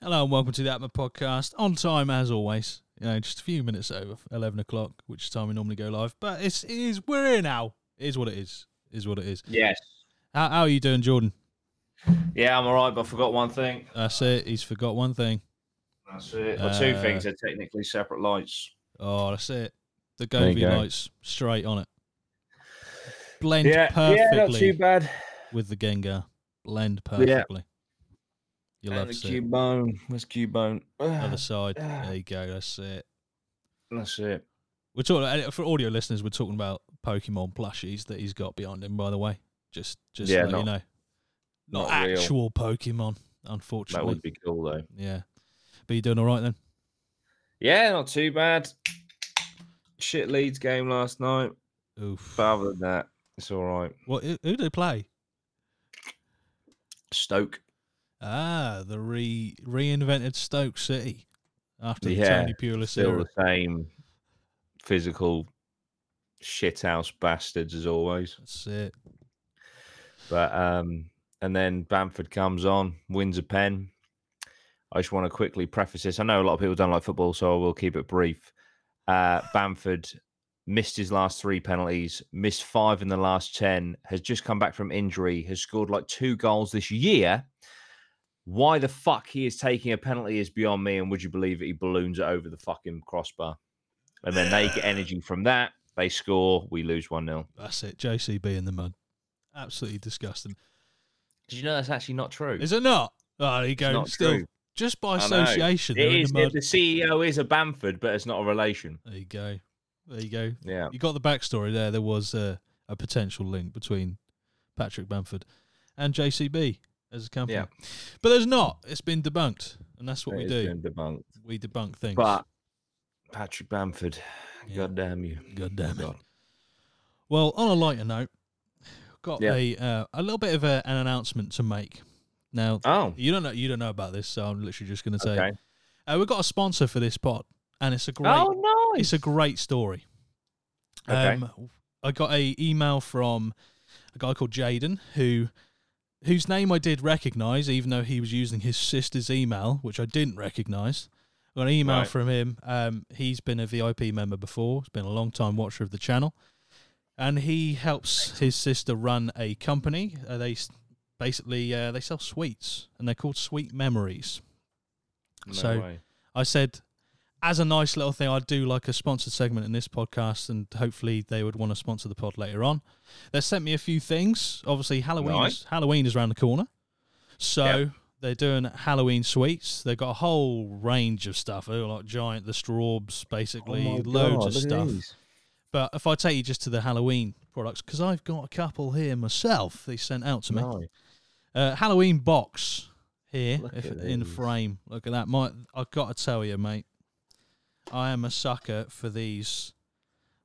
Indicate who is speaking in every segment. Speaker 1: and welcome to the Atma podcast. On time as always. You know, just a few minutes over eleven o'clock, which is the time we normally go live. But it's it is we're here now. It is what it is. It is what it is.
Speaker 2: Yes.
Speaker 1: How, how are you doing, Jordan?
Speaker 2: Yeah, I'm all right, but I forgot one thing.
Speaker 1: That's it. He's forgot one thing.
Speaker 2: That's it. Well, two
Speaker 1: Uh,
Speaker 2: things. They're technically separate lights.
Speaker 1: Oh, that's it. The
Speaker 3: There you
Speaker 1: Govee
Speaker 3: go.
Speaker 1: lights straight on it. Blend
Speaker 2: Yeah, yeah, not
Speaker 1: perfectly
Speaker 2: too bad.
Speaker 1: with the Gengar. Blend perfectly. You'll
Speaker 2: And
Speaker 1: have
Speaker 2: the
Speaker 1: to see it.
Speaker 2: Cubone. Where's Cubone?
Speaker 1: Other side.
Speaker 2: Ah.
Speaker 1: There you go. That's it.
Speaker 2: That's it.
Speaker 1: We're talking and for audio listeners. We're talking about Pokemon plushies that he's got behind him. By the way, just just
Speaker 2: Yeah,
Speaker 1: let you
Speaker 2: not-
Speaker 1: know, not,
Speaker 2: not real.
Speaker 1: actual Pokemon,
Speaker 2: That
Speaker 1: unfortunately.
Speaker 2: would be cool though.
Speaker 1: Yeah, but you doing all right then?
Speaker 2: Yeah, not too bad. Shit Leeds game last night.
Speaker 1: Oof.
Speaker 2: But um, other than that, it's all right.
Speaker 1: What? Who, who do they play?
Speaker 2: Stoke.
Speaker 1: Ah, the re reinvented Stoke City after the
Speaker 2: Yeah,
Speaker 1: Tony Pulis
Speaker 2: Still
Speaker 1: era.
Speaker 2: the same physical shithouse bastards as always.
Speaker 1: That's it.
Speaker 2: But um, and then Bamford comes on, wins a pen. I just want to quickly preface this. I know a lot of people don't like football, so I will keep it brief. Uh, Bamford missed his last three penalties, missed five in the last ten, has just come back from injury, has scored like two goals this year. Why the fuck he is taking a penalty is beyond me, and would you believe it? He balloons it over the fucking crossbar. And then they get energy from that. They score. We lose 1 0.
Speaker 1: That's it. JCB in the mud. Absolutely disgusting.
Speaker 2: Did you know that's actually not true?
Speaker 1: Is it not? Oh, there you
Speaker 2: It's
Speaker 1: go.
Speaker 2: not
Speaker 1: Still,
Speaker 2: true.
Speaker 1: just by
Speaker 2: I know.
Speaker 1: association, they're
Speaker 2: It
Speaker 1: in
Speaker 2: is
Speaker 1: the
Speaker 2: the,
Speaker 1: mud.
Speaker 2: the CEO is a Bamford, but it's not a relation.
Speaker 1: There you go. There you go.
Speaker 2: Yeah,
Speaker 1: you got the backstory there. There was a, a potential link between Patrick Bamford and JCB as a company,
Speaker 2: Yeah.
Speaker 1: but there's not. It's been debunked, and that's what we do.
Speaker 2: debunked.
Speaker 1: We debunk things.
Speaker 2: But Patrick Bamford,
Speaker 1: Yeah.
Speaker 2: God damn you,
Speaker 1: God damn it.
Speaker 2: God.
Speaker 1: well, on a lighter note, got
Speaker 2: Yeah.
Speaker 1: a uh, a little bit of a, an announcement to make. Now
Speaker 2: Oh,
Speaker 1: you don't know you don't know about this, so I'm literally just going to say
Speaker 2: okay.
Speaker 1: uh, we've got a sponsor for this pod, and it's a great
Speaker 2: Oh, nice.
Speaker 1: it's a great story.
Speaker 2: Okay.
Speaker 1: Um, I got a email from a guy called Jaden who whose name I did recognize, even though he was using his sister's email, which I didn't recognize. I got an email
Speaker 2: Right.
Speaker 1: from him. Um, he's been a VIP member before. He's been a long time watcher of the channel, and he helps his sister run a company. Uh, they s- basically uh, they sell sweets, and they're called Sweet Memories.
Speaker 2: No
Speaker 1: so-
Speaker 2: way.
Speaker 1: I said, as a nice little thing, I'd do like a sponsored segment in this podcast, and hopefully they would want to sponsor the pod later on. They sent me a few things. Obviously, Halloween is, Halloween is around the corner, so
Speaker 2: Yep.
Speaker 1: they're doing Halloween sweets. They've got a whole range of stuff. They're like giant the straws,
Speaker 2: Oh
Speaker 1: basically loads of stuff. But if I take you just to the Halloween products, because I've got a couple here myself, they sent out to me.
Speaker 2: Nice.
Speaker 1: Uh, Halloween box here
Speaker 2: Look
Speaker 1: if,
Speaker 2: at
Speaker 1: in
Speaker 2: these.
Speaker 1: frame. Look at that. My, I've got to tell you, mate, I am a sucker for these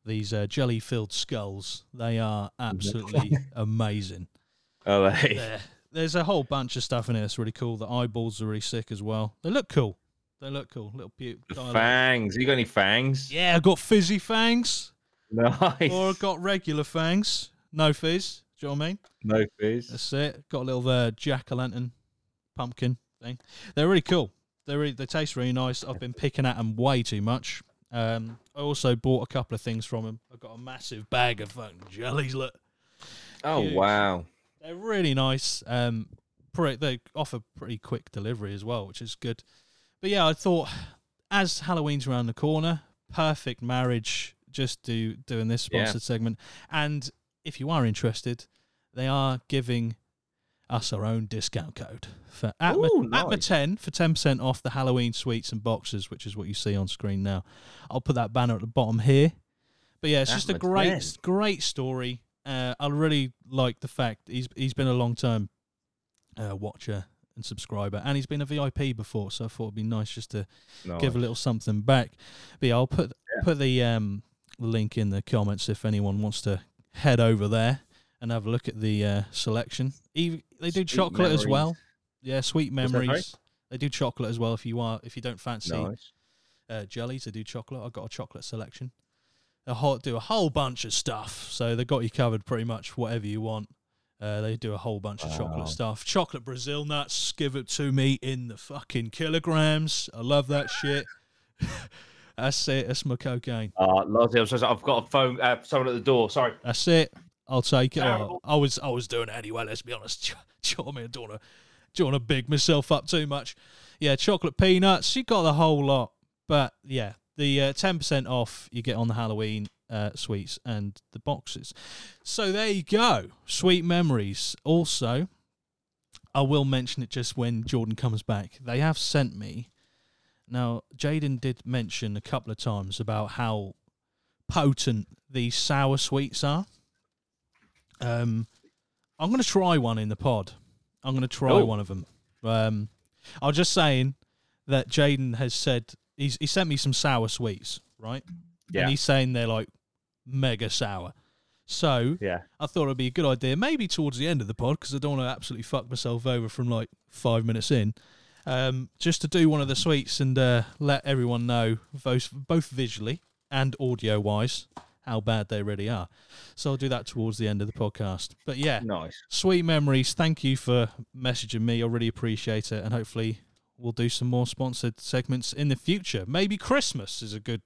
Speaker 1: these uh, jelly filled skulls. They are absolutely amazing.
Speaker 2: Oh, hey.
Speaker 1: There, there's a whole bunch of stuff in here that's really cool. The eyeballs are really sick as well. They look cool. They look cool. Little cute.
Speaker 2: The
Speaker 1: dialogue.
Speaker 2: fangs. You got any fangs?
Speaker 1: Yeah, Oh, I've got fizzy fangs
Speaker 2: Nice.
Speaker 1: or I've got regular fangs. No fizz. Do you know what I mean?
Speaker 2: no fizz.
Speaker 1: That's it. Got a little uh, jack o' lantern pumpkin thing. They're really cool. They really, they taste really nice. I've been picking at them way too much. Um, I also bought a couple of things from them. I've got a massive bag of fucking jellies. Look,
Speaker 2: Oh,
Speaker 1: huge.
Speaker 2: wow.
Speaker 1: they're really nice. Um, pretty, they offer pretty quick delivery as well, which is good. But yeah, I thought as Halloween's around the corner, perfect marriage. Just do doing this
Speaker 2: Yeah.
Speaker 1: sponsored segment, and if you are interested, they are giving us our own discount code for Atma,
Speaker 2: Ooh, nice.
Speaker 1: Atma ten for ten percent off the Halloween sweets and boxes, which is what you see on screen now. I'll put that banner at the bottom here. But yeah, it's just a
Speaker 2: Atma
Speaker 1: great,
Speaker 2: 10.
Speaker 1: great story. Uh, I really like the fact he's he's been a long time uh, watcher and subscriber, and he's been a VIP before, so I thought it'd be nice just to
Speaker 2: Oh, Nice.
Speaker 1: give a little something back. But yeah, I'll put
Speaker 2: Yeah.
Speaker 1: put the um, link in the comments if anyone wants to head over there and have a look at the uh, selection. Ev they do
Speaker 2: Sweet
Speaker 1: chocolate as well. Yeah, sweet
Speaker 2: that right?
Speaker 1: memories. They do chocolate as well if you are if you don't fancy
Speaker 2: Nice.
Speaker 1: uh, jellies. They do chocolate. I've got a chocolate selection. They whole, do a whole bunch of stuff, so they've got you covered pretty much whatever you want. Uh, they do a whole bunch of chocolate stuff. Chocolate Brazil nuts, give it to me in the fucking kilograms. I love that shit. That's it. That's my cocaine.
Speaker 2: Uh, Lozzie, I'm so sorry. I've got a phone. Uh, someone at the door. Sorry.
Speaker 1: That's it. I'll take it.
Speaker 2: Terrible.
Speaker 1: I was I was doing it anyway. Let's be honest. Do you know what I mean? I don't want to, do want to big myself up too much. Yeah, chocolate peanuts. You got the whole lot. But yeah, the uh, ten percent off you get on the Halloween uh, sweets and the boxes. So there you go. Sweet memories. Also, I will mention it just when Jordan comes back. They have sent me. Now, Jaden did mention a couple of times about how potent these sour sweets are. Um, I'm going to try one in the pod. I'm going to try
Speaker 2: Oh.
Speaker 1: one of them. Um, I was just saying that Jaden has said he's he sent me some sour sweets, right?
Speaker 2: Yeah.
Speaker 1: And he's saying they're like mega sour. So
Speaker 2: Yeah.
Speaker 1: I thought it'd be a good idea, maybe towards the end of the pod, because I don't want to absolutely fuck myself over from like five minutes in. Um, just to do one of the sweets and uh, let everyone know both both visually and audio wise how bad they really are. So I'll do that towards the end of the podcast. But yeah,
Speaker 2: Nice.
Speaker 1: sweet memories. Thank you for messaging me. I really appreciate it, and hopefully we'll do some more sponsored segments in the future. Maybe Christmas is a good,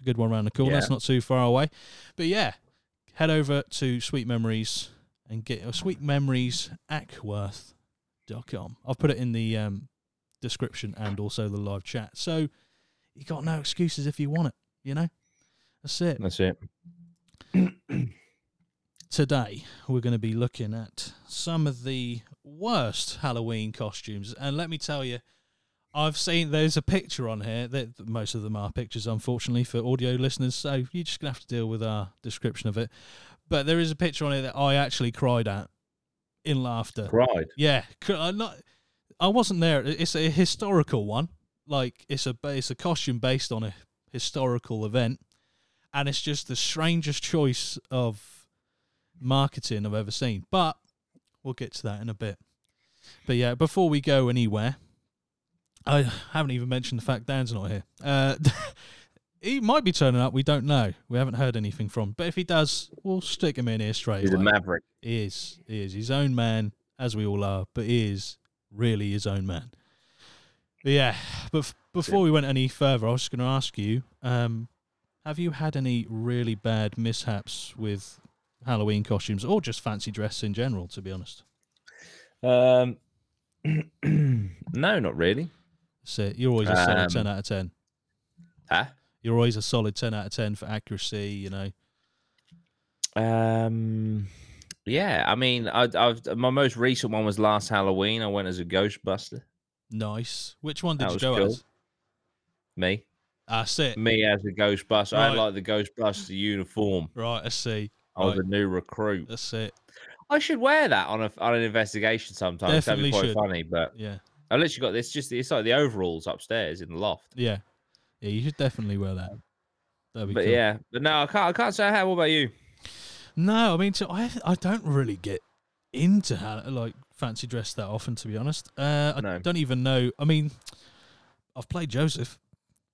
Speaker 1: a good one around the corner.
Speaker 2: Yeah.
Speaker 1: That's not too far away. But yeah, head over to Sweet Memories and get uh, your Sweet Memories Ackworth.com. I've put it in the um, description and also the live chat. So you got no excuses if you want it. You know, that's it
Speaker 2: That's it.
Speaker 1: today we're going to be looking at some of the worst Halloween costumes. And let me tell you, I've seen there's a picture on here that that most of them are pictures, unfortunately, for audio listeners. So you're just going to have to deal with our description of it. But there is a picture on here that I actually cried at in laughter.
Speaker 2: Cried.
Speaker 1: Yeah, cr- I'm not. I wasn't there. It's a historical one. Like it's a ba- it's a costume based on a historical event, and it's just the strangest choice of marketing I've ever seen. But we'll get to that in a bit. But yeah, before we go anywhere, I haven't even mentioned the fact Dan's not here. Uh, he might be turning up. We don't know. We haven't heard anything from. him. But if he does, we'll stick him in here straight
Speaker 2: He's a
Speaker 1: away.
Speaker 2: maverick.
Speaker 1: He is. He is his own man, as we all are, but he is really his own man. But yeah, but f- before we went any further, I was just going to ask you um, have you had any really bad mishaps with Halloween costumes or just fancy dress in general, to be honest?
Speaker 2: Um, no, not really.
Speaker 1: So you're always a solid
Speaker 2: Um,
Speaker 1: 10 out of 10.
Speaker 2: Huh?
Speaker 1: You're always a solid 10 out of 10 for accuracy, you know.
Speaker 2: Um, yeah. I mean, I, I've my most recent one was last Halloween. I went as a Ghostbuster.
Speaker 1: Nice. Which one did
Speaker 2: That
Speaker 1: you
Speaker 2: was
Speaker 1: go
Speaker 2: cool.
Speaker 1: as?
Speaker 2: Me,
Speaker 1: That's it.
Speaker 2: me as a Ghostbuster. I had
Speaker 1: Right.
Speaker 2: like the Ghostbuster uniform.
Speaker 1: Right, I see.
Speaker 2: I was
Speaker 1: Right.
Speaker 2: a new recruit.
Speaker 1: That's it.
Speaker 2: I should wear that on a on an investigation sometimes.
Speaker 1: Definitely
Speaker 2: That'd be
Speaker 1: should.
Speaker 2: quite funny. But
Speaker 1: Yeah.
Speaker 2: I literally got this. Just it's like the overalls upstairs in the loft.
Speaker 1: Yeah. Yeah, you should definitely wear that. That'd be
Speaker 2: But
Speaker 1: cool.
Speaker 2: yeah, but no, I can't. I can't say how. What about you?
Speaker 1: No, I mean, so I I don't really get into ha- like fancy dress that often, to be honest. Uh, I
Speaker 2: No.
Speaker 1: don't even know. I mean, I've played Joseph,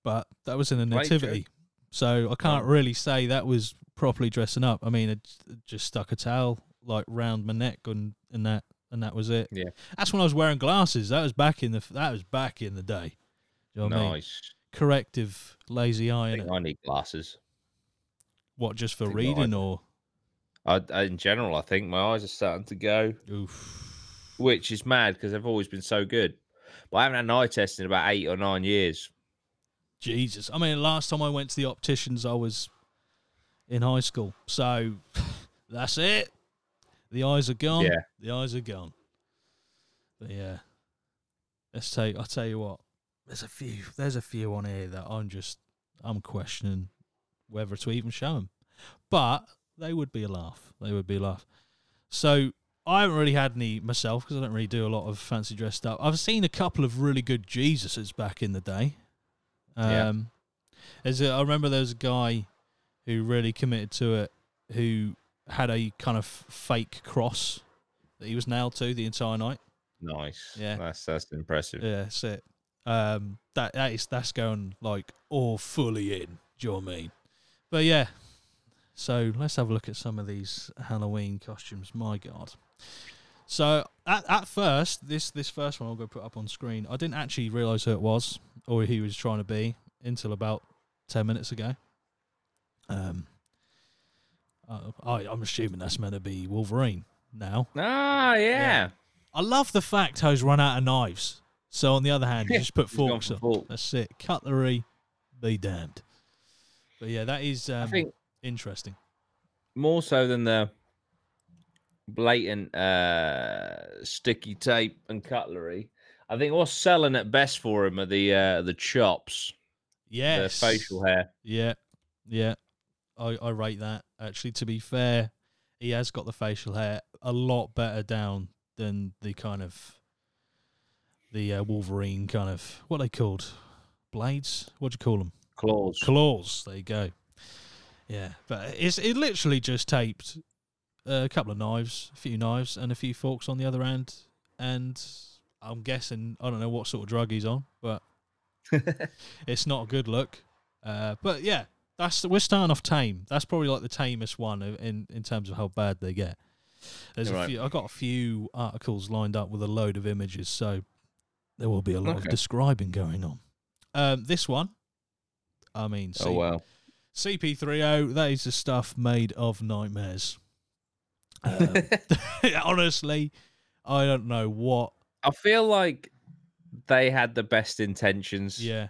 Speaker 1: but that was in a
Speaker 2: Played
Speaker 1: nativity, so I can't really say that was properly dressing up. I mean, I j- just stuck a towel like round my neck and and that and that was it.
Speaker 2: Yeah.
Speaker 1: that's when I was wearing glasses. That was back in the f- that was back in the day. Do you know what I mean?
Speaker 2: Nice.
Speaker 1: Corrective lazy eye
Speaker 2: I
Speaker 1: in
Speaker 2: think
Speaker 1: it.
Speaker 2: I need glasses.
Speaker 1: What just for
Speaker 2: think I like
Speaker 1: reading
Speaker 2: it.
Speaker 1: or
Speaker 2: I, I- in general, I think my eyes are starting to go,
Speaker 1: oof?
Speaker 2: which is mad because they've always been so good. But I haven't had an eye test in about eight or nine years.
Speaker 1: Jesus. I mean, last time I went to the opticians, I was in high school. So that's it. The eyes are gone.
Speaker 2: Yeah.
Speaker 1: The eyes are gone. But yeah, let's take. I'll tell you what. There's a few. There's a few on here that I'm just. I'm questioning whether to even show them, but they would be a laugh. They would be a laugh. So I haven't really had any myself because I don't really do a lot of fancy dress stuff. I've seen a couple of really good Jesuses back in the day.
Speaker 2: Yeah.
Speaker 1: Um, there's a, I remember there was a guy who really committed to it who had a kind of fake cross that he was nailed to the entire night.
Speaker 2: Nice.
Speaker 1: Yeah.
Speaker 2: That's that's impressive.
Speaker 1: Yeah, that's it. Um, that that is that's going like all fully in. Do you know what I mean? But yeah, so let's have a look at some of these Halloween costumes. My God, So at, at first, this this first one I'll go put up on screen. I didn't actually realise who it was or who he was trying to be until about ten minutes ago. Um, uh, I, I'm assuming that's meant to be Wolverine now.
Speaker 2: Ah, yeah.
Speaker 1: I love the fact Ho's run out of knives. So on the other hand, you just put
Speaker 2: He's gone
Speaker 1: forks
Speaker 2: for
Speaker 1: up.
Speaker 2: fork.
Speaker 1: That's it. Cutlery, be damned. But yeah, that is
Speaker 2: I
Speaker 1: um,
Speaker 2: think
Speaker 1: interesting.
Speaker 2: more so than the blatant uh, sticky tape and cutlery. I think what's selling at best for him are the uh, the chops,
Speaker 1: Yes.
Speaker 2: the facial hair.
Speaker 1: Yeah, yeah. I, I rate that. Actually, to be fair, he has got the facial hair a lot better down than the kind of the uh, Wolverine kind of what are they called blades. What do you call them?
Speaker 2: Claws.
Speaker 1: Claws. There you go. Yeah, but it's it literally just taped uh, a couple of knives, a few knives, and a few forks on the other end, and I'm guessing I don't know what sort of drug he's on, but it's not a good look. Uh, but yeah, that's we're starting off tame. That's probably like the tamest one in in terms of how bad they get. There's
Speaker 2: You're
Speaker 1: a
Speaker 2: right.
Speaker 1: few. I got a few articles lined up with a load of images, so there will be a lot
Speaker 2: Okay.
Speaker 1: of describing going on. Um, this one, I mean,
Speaker 2: oh
Speaker 1: see-
Speaker 2: well.
Speaker 1: CP30, oh, that is the stuff made of nightmares. Um,
Speaker 2: Uh.
Speaker 1: honestly, I don't know what.
Speaker 2: I feel like they had the best intentions,
Speaker 1: Yeah,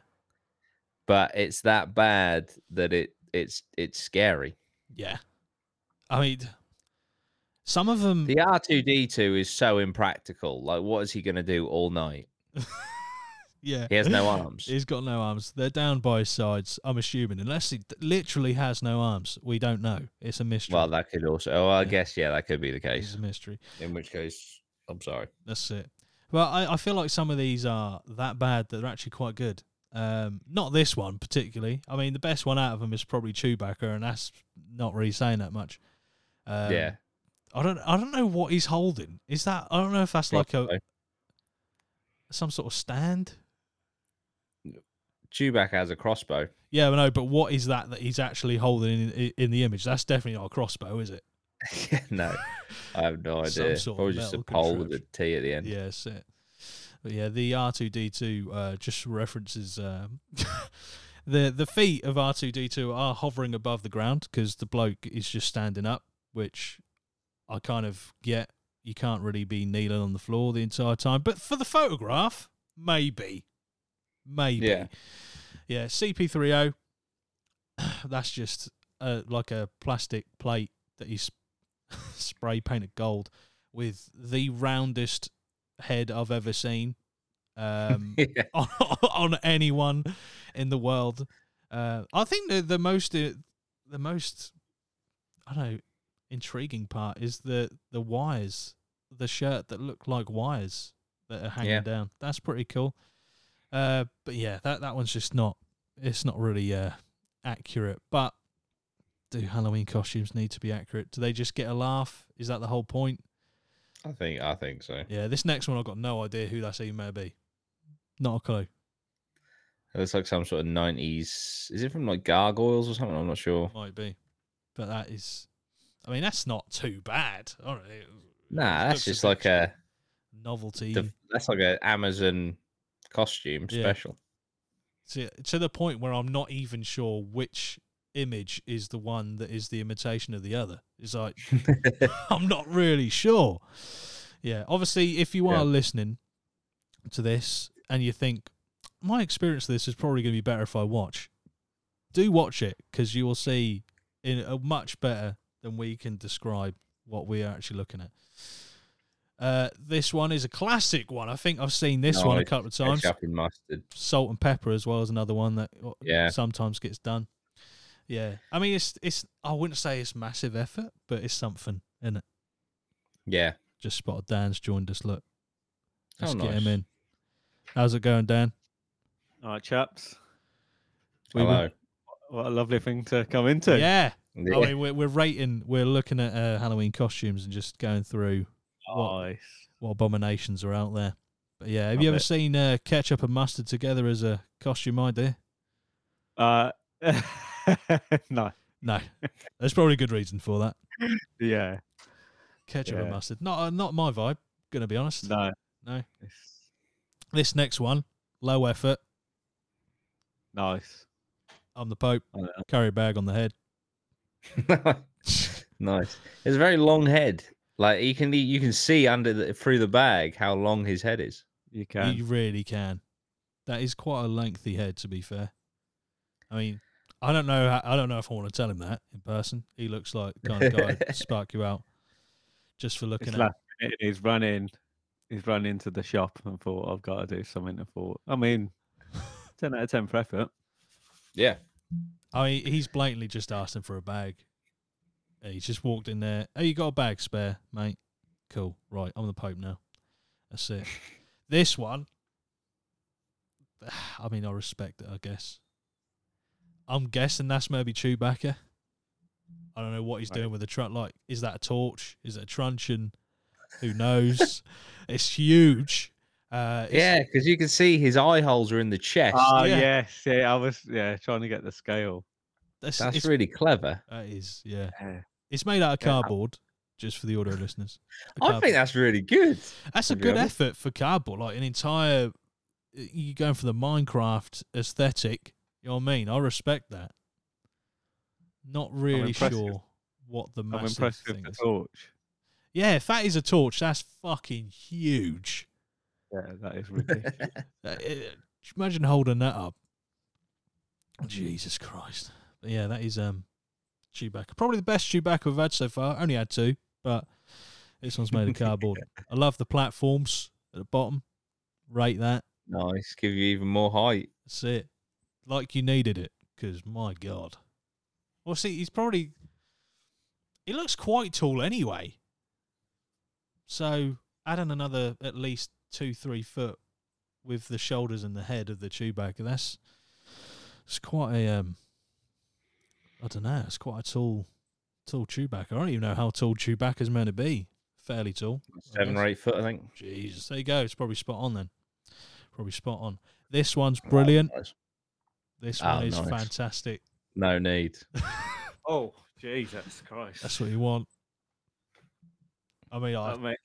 Speaker 2: but it's that bad that it it's it's scary.
Speaker 1: yeah. I mean, some of them.
Speaker 2: The R two D two is so impractical. Like, what is he going to do all night?
Speaker 1: Yeah.
Speaker 2: He has no arms.
Speaker 1: He's got no arms. They're down by his sides, I'm assuming. Unless he d- literally has no arms. We don't know. It's a mystery.
Speaker 2: Well, that could also. Oh, I
Speaker 1: Yeah. Mm.
Speaker 2: guess yeah, that could be the
Speaker 1: it's
Speaker 2: case.
Speaker 1: a mystery.
Speaker 2: In which case, I'm sorry.
Speaker 1: That's it. Well, I, I feel like some of these are that bad that they're actually quite good. Um, not this one particularly. I mean, the best one out of them is probably Chewbacca, and that's not really saying that much. Um,
Speaker 2: yeah,
Speaker 1: I don't. I don't know what he's holding. Is that? I don't know if that's like a
Speaker 2: probably.
Speaker 1: some sort of stand.
Speaker 2: Chewbacca has a crossbow.
Speaker 1: Yeah, I know. But what is that that he's actually holding in, in the image? That's definitely not a crossbow, is it?
Speaker 2: no, I have no
Speaker 1: Some
Speaker 2: idea.
Speaker 1: sort of
Speaker 2: Probably just a
Speaker 1: metal
Speaker 2: pole with a T at the end.
Speaker 1: Yeah, that's it. But yeah, the R two D two uh, just references um, the the feet of R two D two are hovering above the ground because the bloke is just standing up, which I kind of get. You can't really be kneeling on the floor the entire time, but for the photograph, maybe, maybe,
Speaker 2: Yeah.
Speaker 1: yeah. CP three O. That's just uh, like a plastic plate that you sp- spray painted gold with the roundest head I've ever seen um,
Speaker 2: Yeah.
Speaker 1: on, on anyone in the world. Uh, I think the the most uh, the most I don't know intriguing part is the the wires, the shirt that look like wires that are hanging
Speaker 2: Yeah.
Speaker 1: down. That's pretty cool. Uh, but yeah, that that one's just not it's not really uh, accurate. But do Halloween costumes need to be accurate? Do they just get a laugh? Is that the whole point?
Speaker 2: I think. I think so.
Speaker 1: Yeah, this next one I've got no idea who that's even may be. Not a clue.
Speaker 2: It looks like some sort of '90s. Is it from like Gargoyles or something? I'm not sure.
Speaker 1: Might be. But that is I mean that's not too bad. All right. it
Speaker 2: Nah,
Speaker 1: looks
Speaker 2: that's just like
Speaker 1: bit
Speaker 2: a.
Speaker 1: novelty.
Speaker 2: def- That's like an Amazon costume
Speaker 1: Yeah.
Speaker 2: special.
Speaker 1: to, to the point where I'm not even sure which image is the one that is the imitation of the other. It's like I'm not really sure. Yeah, obviously, if you are
Speaker 2: Yeah.
Speaker 1: listening to this and you think my experience of this is probably going to be better if I watch, do watch it because you will see in a much better than we can describe what we are actually looking at. Uh, this one is a classic one. I think I've seen this
Speaker 2: No,
Speaker 1: one a
Speaker 2: it's
Speaker 1: couple of times
Speaker 2: Ketchup and mustard.
Speaker 1: salt and pepper as well as another one that uh,
Speaker 2: Yeah.
Speaker 1: sometimes gets done. Yeah, I mean it's it's I wouldn't say it's massive effort, but it's something, is it?
Speaker 2: Yeah.
Speaker 1: Just spotted Dan's joined us. Look,
Speaker 2: Oh,
Speaker 1: let's get
Speaker 2: nice.
Speaker 1: him in. How's it going, Dan?
Speaker 3: All right, chaps.
Speaker 1: We
Speaker 2: Hello.
Speaker 3: What a lovely thing to come into.
Speaker 1: Yeah,
Speaker 2: Yeah.
Speaker 1: I mean we're we're rating, we're looking at uh, Halloween costumes and just going through what-
Speaker 3: Nice.
Speaker 1: what abominations are out there. But yeah, have
Speaker 3: I
Speaker 1: you ever
Speaker 3: bet.
Speaker 1: seen uh, ketchup and mustard together as a costume idea?
Speaker 3: Uh, no.
Speaker 1: No, there's probably a good reason for that.
Speaker 3: Yeah.
Speaker 1: Ketchup and
Speaker 2: Yeah.
Speaker 1: mustard. Not uh, not my vibe. Gonna be honest.
Speaker 3: No,
Speaker 1: This next one, low effort.
Speaker 3: nice.
Speaker 1: I'm the Pope.
Speaker 3: I like
Speaker 1: Carry a bag on the head.
Speaker 2: nice. It's a very long head. Like you can you can see under the, through the bag how long his head is.
Speaker 3: You can.
Speaker 1: You really can. That is quite a lengthy head, to be fair. I mean, I don't know. How, I don't know if I want to tell him that in person. He looks like the kind of guy to spark you out just for looking
Speaker 3: It's
Speaker 1: at.
Speaker 3: last minute. He's running. He's run into the shop and thought, I've got to do something. And thought, I mean, 10 out of 10 for effort.
Speaker 2: Yeah.
Speaker 1: I mean, he's blatantly just asked him for a bag. He just walked in there. Oh, you got a bag spare, mate? Cool. Right, I'm the Pope now. That's it. this one, I mean, I respect it, I guess. I'm guessing that's maybe Chewbacca. I don't know what he's
Speaker 2: Right.
Speaker 1: doing with the truck. Like, is that a torch? Is it a truncheon? Who knows? it's huge. Uh, it's-
Speaker 2: Yeah, because you can see his eye holes are in the chest.
Speaker 3: Oh,
Speaker 1: Ah, yeah.
Speaker 3: yes. Yeah, I was yeah trying to get the scale.
Speaker 1: That's,
Speaker 2: That's
Speaker 1: it's,
Speaker 2: really clever.
Speaker 1: that is, yeah.
Speaker 3: Yeah.
Speaker 1: It's made out of
Speaker 2: Yeah, I-
Speaker 1: cardboard, just for the audio listeners. A
Speaker 2: I think
Speaker 1: cardboard.
Speaker 2: that's really good.
Speaker 1: that's a
Speaker 2: to be
Speaker 1: good
Speaker 2: honest.
Speaker 1: effort for cardboard. Like an entire, you going for the Minecraft aesthetic. You know what I mean? I respect that. Not really
Speaker 3: impressed.
Speaker 1: sure what the
Speaker 3: I'm
Speaker 1: massive
Speaker 3: impressed with
Speaker 1: thing
Speaker 3: the
Speaker 1: is.
Speaker 3: torch.
Speaker 1: Yeah, if that is a torch, that's fucking huge.
Speaker 3: Yeah, that is ridiculous.
Speaker 1: Uh, it- imagine holding that up. Jesus Christ. But yeah, that is um Chewbacca. Probably the best Chewbacca we've had so far. Only had two, but this one's made of cardboard. I love the platforms at the bottom. Rate that.
Speaker 2: nice. Give you even more height.
Speaker 1: That's it. Like you needed it, because my God. Well, see, he's probably. He looks quite tall anyway. So adding another at least two, three foot with the shoulders and the head of the Chewbacca, that's it's quite a um. I don't know. It's quite a tall, tall Chewbacca. I don't even know how tall Chewbacca's meant to be. Fairly tall. I
Speaker 2: Seven
Speaker 1: guess.
Speaker 2: or eight foot, I think.
Speaker 1: Jesus, there you go. It's probably spot on then. Probably spot on. This one's brilliant.
Speaker 2: Nice.
Speaker 1: This
Speaker 2: Oh,
Speaker 1: one is
Speaker 2: nice.
Speaker 1: fantastic.
Speaker 2: No need.
Speaker 3: oh, Jesus Christ.
Speaker 1: That's what you want. I mean, I,
Speaker 3: I
Speaker 2: Um,
Speaker 3: mean,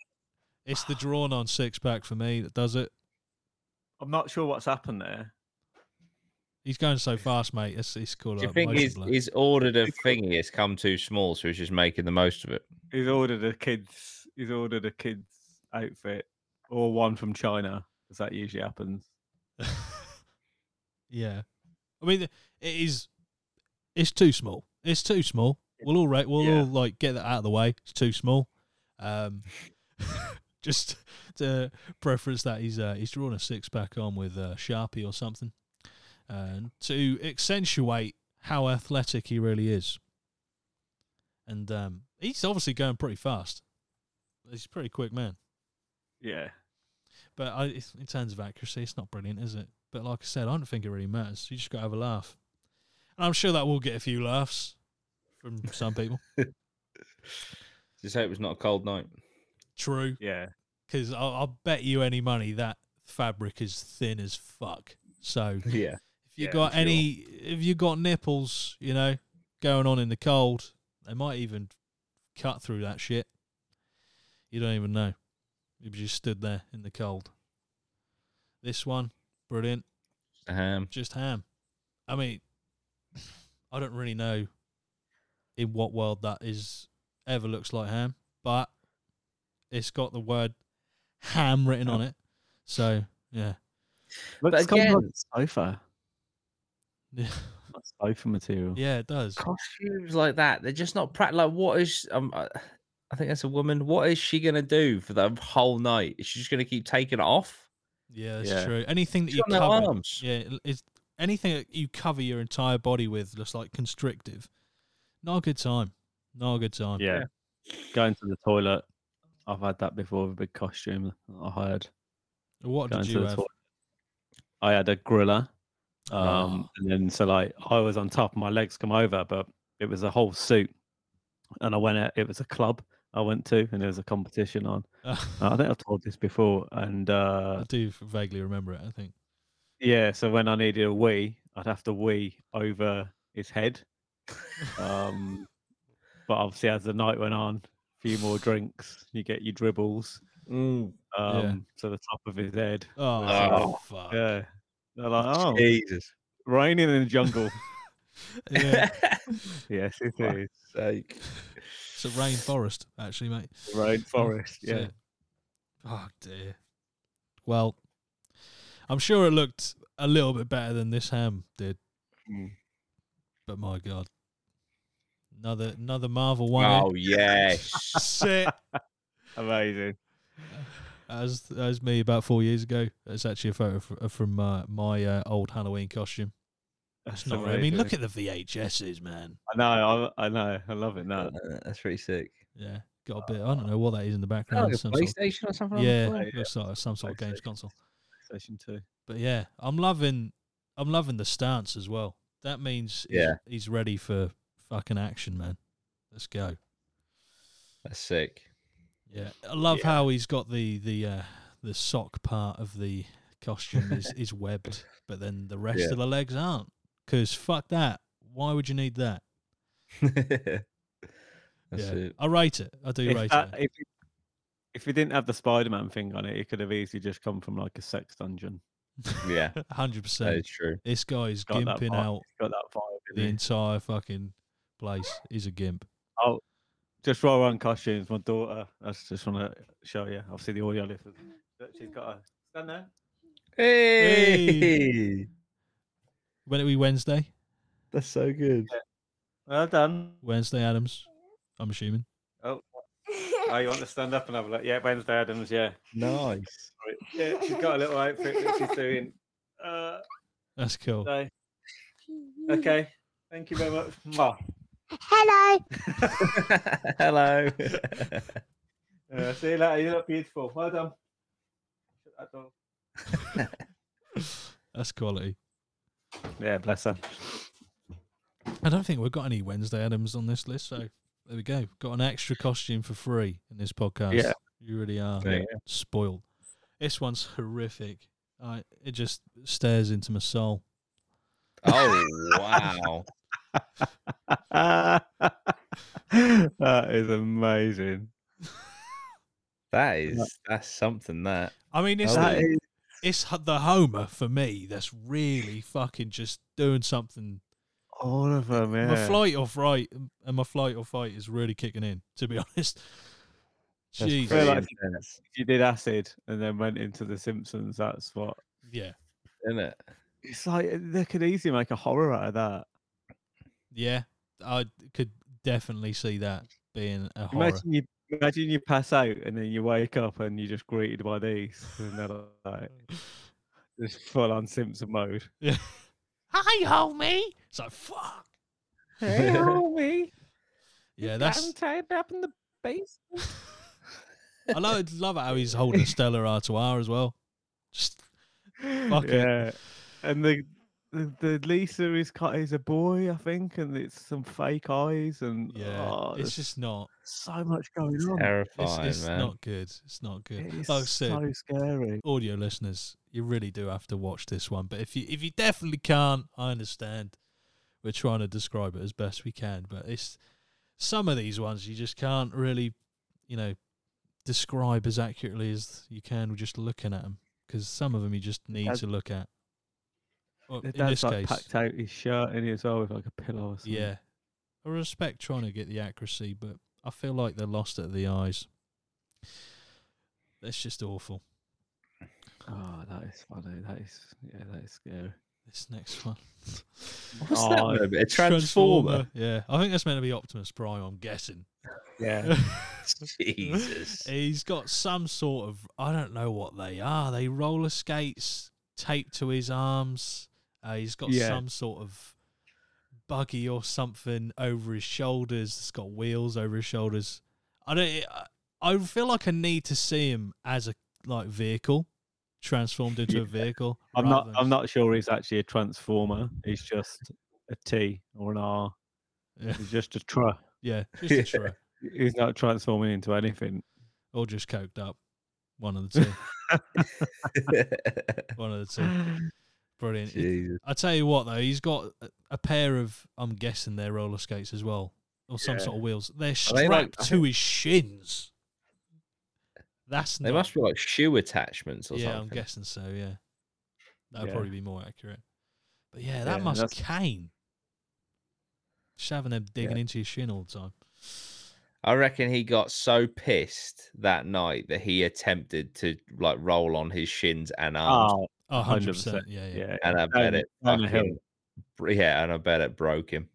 Speaker 1: it's the drawn on six pack for me that does it.
Speaker 3: I'm not sure what's happened there.
Speaker 1: He's going so fast, mate. It's, it's cool.
Speaker 2: Do you
Speaker 1: like
Speaker 2: think
Speaker 1: motion
Speaker 2: he's,
Speaker 1: blur.
Speaker 2: he's ordered a thingy? It's come too small, so he's just making the most of it.
Speaker 3: He's ordered a kid's. He's ordered a kid's outfit or one from China, because that usually happens.
Speaker 1: yeah. I mean, it is. It's too small. It's too small. We'll all right. We'll
Speaker 3: Yeah.
Speaker 1: all like get that out of the way. It's too small. Um, just to preference that he's uh, he's drawn a six pack on with uh, sharpie or something, and to accentuate how athletic he really is. And um, he's obviously going pretty fast. He's a pretty quick man.
Speaker 3: Yeah.
Speaker 1: But I, it's- in terms of accuracy, it's not brilliant, is it? But like I said, I don't think it really matters. You just got to have a laugh. And I'm sure that will get a few laughs from some people.
Speaker 2: Just hope it's not a cold night.
Speaker 1: True.
Speaker 3: Yeah.
Speaker 1: Because I'll, I'll bet you any money that fabric is thin as fuck. So if
Speaker 2: Yeah.
Speaker 1: you
Speaker 2: Yeah,
Speaker 1: got
Speaker 2: I'm
Speaker 1: any, if you got nipples, you know, going on in the cold, they might even cut through that shit. You don't even know. You just stood there in the cold. This one, brilliant.
Speaker 2: Um,
Speaker 1: just ham. I mean, I don't really know in what world that is ever looks like ham, but it's got the word ham written on it. So yeah,
Speaker 3: Looks
Speaker 2: again-
Speaker 3: like a sofa.
Speaker 1: yeah,
Speaker 3: Like Sofa material.
Speaker 1: yeah, it does.
Speaker 2: costumes like that, they're just not practical. Like, what is. Um, I I think that's a woman. What is she going to do for the whole night? Is she just going to keep taking it off?
Speaker 1: Yeah, that's
Speaker 3: Yeah.
Speaker 1: true. Anything that
Speaker 2: She's
Speaker 1: you
Speaker 2: got no
Speaker 1: cover,
Speaker 2: arms.
Speaker 1: yeah, is anything that you cover your entire body with looks like constrictive. Not a good time. Not a good time.
Speaker 3: Yeah. Going to the toilet. I've had that before with a big costume that I hired.
Speaker 1: What
Speaker 3: Going
Speaker 1: did you
Speaker 3: to the
Speaker 1: have?
Speaker 3: toilet. I had a griller. Um,
Speaker 1: Oh.
Speaker 3: And then, so like, I was on top, my legs come over, but it was a whole suit. And I went out, it was a club I went to, and there was a competition on. Uh, I think I've told this before. And uh,
Speaker 1: I do vaguely remember it. I think.
Speaker 3: Yeah, so when I needed a wee, I'd have to wee over his head. Um, but obviously, as the night went on, a few more drinks. You get your dribbles.
Speaker 2: Mm.
Speaker 3: Um,
Speaker 1: Yeah.
Speaker 3: to the top of his head.
Speaker 1: Oh,
Speaker 2: Oh.
Speaker 1: fuck. Yeah.
Speaker 3: Yeah, they're like, oh,
Speaker 2: Jesus.
Speaker 3: raining in the jungle.
Speaker 1: yeah.
Speaker 3: yes, it
Speaker 2: Fuck.
Speaker 3: is
Speaker 2: Sake.
Speaker 1: It's a rainforest, actually, mate.
Speaker 3: rainforest.
Speaker 1: So-
Speaker 3: Yeah,
Speaker 1: Oh dear. Well, I'm sure it looked a little bit better than this ham did.
Speaker 3: Hmm.
Speaker 2: Mm.
Speaker 1: But my god. Another another Marvel one eh?
Speaker 2: Oh yes.
Speaker 1: sit
Speaker 3: amazing.
Speaker 1: as as me about 4 years ago. It's actually a photo fr- from uh, my uh, old Halloween costume.
Speaker 3: That's
Speaker 1: It's not real. I mean, look at the VHSs, man.
Speaker 3: I know, I, I know, I love it. No,
Speaker 2: Uh, That's pretty sick.
Speaker 1: Yeah. Got a bit. I
Speaker 3: Uh,
Speaker 1: don't know what that is in the
Speaker 2: Is that
Speaker 3: oh,
Speaker 1: background.
Speaker 2: Like a
Speaker 1: some sort of-
Speaker 2: Oh, PlayStation or something.
Speaker 1: yeah,
Speaker 2: Like
Speaker 3: play?
Speaker 1: looks like some sort of games
Speaker 3: PlayStation.
Speaker 1: console.
Speaker 3: session two.
Speaker 1: But yeah, I'm loving I'm loving the stance as well. That means he's,
Speaker 2: Yeah.
Speaker 1: he's ready for fucking action, man. Let's go.
Speaker 2: That's sick.
Speaker 1: Yeah. I love
Speaker 2: Yeah.
Speaker 1: how he's got the the uh, the sock part of the costume is, is webbed, but then the rest
Speaker 2: Yeah.
Speaker 1: of the legs aren't. Cuz fuck that. Why would you need that?
Speaker 2: That's
Speaker 1: yeah.
Speaker 2: it.
Speaker 1: I rate it. I do
Speaker 3: If,
Speaker 1: rate
Speaker 3: that,
Speaker 1: it.
Speaker 3: if, it- if it didn't have the Spider-Man thing on it, it could have easily just come from like a sex dungeon.
Speaker 2: Yeah,
Speaker 1: 100%.
Speaker 2: that is true.
Speaker 1: this guy's
Speaker 3: Got that
Speaker 1: gimping
Speaker 3: part.
Speaker 1: out
Speaker 3: It's got that vibe.
Speaker 1: the
Speaker 3: didn't it?
Speaker 1: entire fucking place. He's a gimp.
Speaker 3: Just while we're on costumes, my daughter. I s- just want to show you. Obviously, the audio listeners. but She's got a stand there.
Speaker 1: Hey!
Speaker 2: hey!
Speaker 1: When are we Wednesday?
Speaker 2: That's so good.
Speaker 3: Well done.
Speaker 1: Wednesday Adams. I'm assuming.
Speaker 3: Oh, oh, you want to stand up and have a look? Yeah, Wednesday Adams. Yeah,
Speaker 2: Nice.
Speaker 3: Right. yeah. She's got a little outfit that she's doing. Uh,
Speaker 1: That's cool.
Speaker 3: so, okay. Thank you very much. Mwah.
Speaker 4: Hello.
Speaker 2: Hello.
Speaker 3: Uh, see you later. You look beautiful. Well done. Shut that door.
Speaker 1: That's quality.
Speaker 3: Yeah, bless her.
Speaker 1: I don't think we've got any Wednesday Adams on this list, so there we go. Got an extra costume for free in this podcast.
Speaker 3: Yeah.
Speaker 1: You really are
Speaker 2: Yeah.
Speaker 1: spoiled. This one's horrific. I it just stares into my soul.
Speaker 2: oh wow.
Speaker 3: that is amazing.
Speaker 2: That is that's something that.
Speaker 1: I mean, it's
Speaker 2: Oh,
Speaker 1: the,
Speaker 2: that is-
Speaker 1: it's h- the Homer for me that's really fucking just doing something.
Speaker 3: All of them, yeah.
Speaker 1: My flight or fright and my flight or fight is really kicking in. To be honest,
Speaker 2: that's
Speaker 1: Jesus,
Speaker 2: pretty
Speaker 3: Like-
Speaker 2: intense,
Speaker 3: you did acid and then went into The Simpsons, that's what.
Speaker 1: yeah,
Speaker 2: isn't it?
Speaker 3: It's like eh, they could easily make a horror out of that.
Speaker 1: yeah, I could definitely see that being a horror.
Speaker 3: Imagine you, imagine you pass out and then you wake up and you're just greeted by these, and they're like just full on Simpson mode.
Speaker 1: Yeah. Hi, homie. It's like fuck.
Speaker 2: Hey,
Speaker 3: homie,
Speaker 1: Yeah, that's.
Speaker 3: tied up in the basement.
Speaker 1: I love, love how he's holding Stella Artois as well. Just Fuck it.
Speaker 3: yeah, and the, the the Lisa is cut is a boy, I think, and it's some fake eyes and
Speaker 1: yeah,
Speaker 3: oh,
Speaker 1: it's
Speaker 3: there's
Speaker 1: just not.
Speaker 3: so much going on.
Speaker 1: It's,
Speaker 2: Terrifying,
Speaker 1: it's
Speaker 2: man.
Speaker 1: not good. It's not good.
Speaker 3: It is
Speaker 1: Like I said,
Speaker 3: so scary.
Speaker 1: audio listeners, you really do have to watch this one. But if you if you definitely can't, I understand. We're trying to describe it as best we can, but it's some of these ones you just can't really, you know, describe as accurately as you can with just looking at them because some of them you just need
Speaker 3: Dad-
Speaker 1: to look at. Well,
Speaker 3: The
Speaker 1: in
Speaker 3: dad's
Speaker 1: this
Speaker 3: like
Speaker 1: case,
Speaker 3: packed out his shirt in it as well with like a pillow or something.
Speaker 1: yeah, I respect trying to get the accuracy, but I feel like they're lost at the eyes. That's just awful.
Speaker 3: Oh, that is funny. That is yeah, that is scary.
Speaker 1: This next one.
Speaker 2: What's that?
Speaker 3: Oh,
Speaker 2: gonna be? A transformer.
Speaker 1: Yeah, I think that's meant to be Optimus Prime. I'm guessing.
Speaker 3: Yeah.
Speaker 2: Jesus.
Speaker 1: He's got some sort of I don't know what they are. They roller skates taped to his arms. Uh, he's got
Speaker 3: Yeah.
Speaker 1: some sort of buggy or something over his shoulders. It's got wheels over his shoulders. I don't. I- I feel like I need to see him as a like vehicle transformed into a vehicle.
Speaker 3: I'm
Speaker 1: rather
Speaker 3: not.
Speaker 1: than-
Speaker 3: I'm not sure he's actually a transformer. He's just a T or an R.
Speaker 1: Yeah,
Speaker 3: He's just a truck.
Speaker 1: yeah just a
Speaker 2: Yeah.
Speaker 1: truck.
Speaker 3: He's not transforming into anything.
Speaker 1: or just coked up. One of the two. One of the two. Brilliant.
Speaker 2: Jesus.
Speaker 1: I tell you what, though, he's got a- a pair of, I'm guessing they're roller skates as well, or some
Speaker 2: Yeah.
Speaker 1: sort of wheels. They're
Speaker 2: they
Speaker 1: strapped
Speaker 2: like-
Speaker 1: to his shins. That's
Speaker 2: They
Speaker 1: not,
Speaker 2: must be like shoe attachments or
Speaker 1: yeah, I'm
Speaker 2: something.
Speaker 1: guessing so. Yeah, that would
Speaker 3: Yeah.
Speaker 1: probably be more accurate. But yeah, that
Speaker 2: Yeah,
Speaker 1: must
Speaker 3: that's-
Speaker 1: cane. Shoving them digging into your shin all the time.
Speaker 2: I reckon he got so pissed that night that he attempted to like roll on his shins and arms,
Speaker 3: Oh,
Speaker 1: Oh, 100 percent.
Speaker 3: 100%,
Speaker 1: Yeah, yeah.
Speaker 3: yeah.
Speaker 2: and I
Speaker 3: down
Speaker 2: bet
Speaker 3: the-
Speaker 2: it
Speaker 3: down the hill.
Speaker 2: fucking- br- yeah, and I bet it broke him.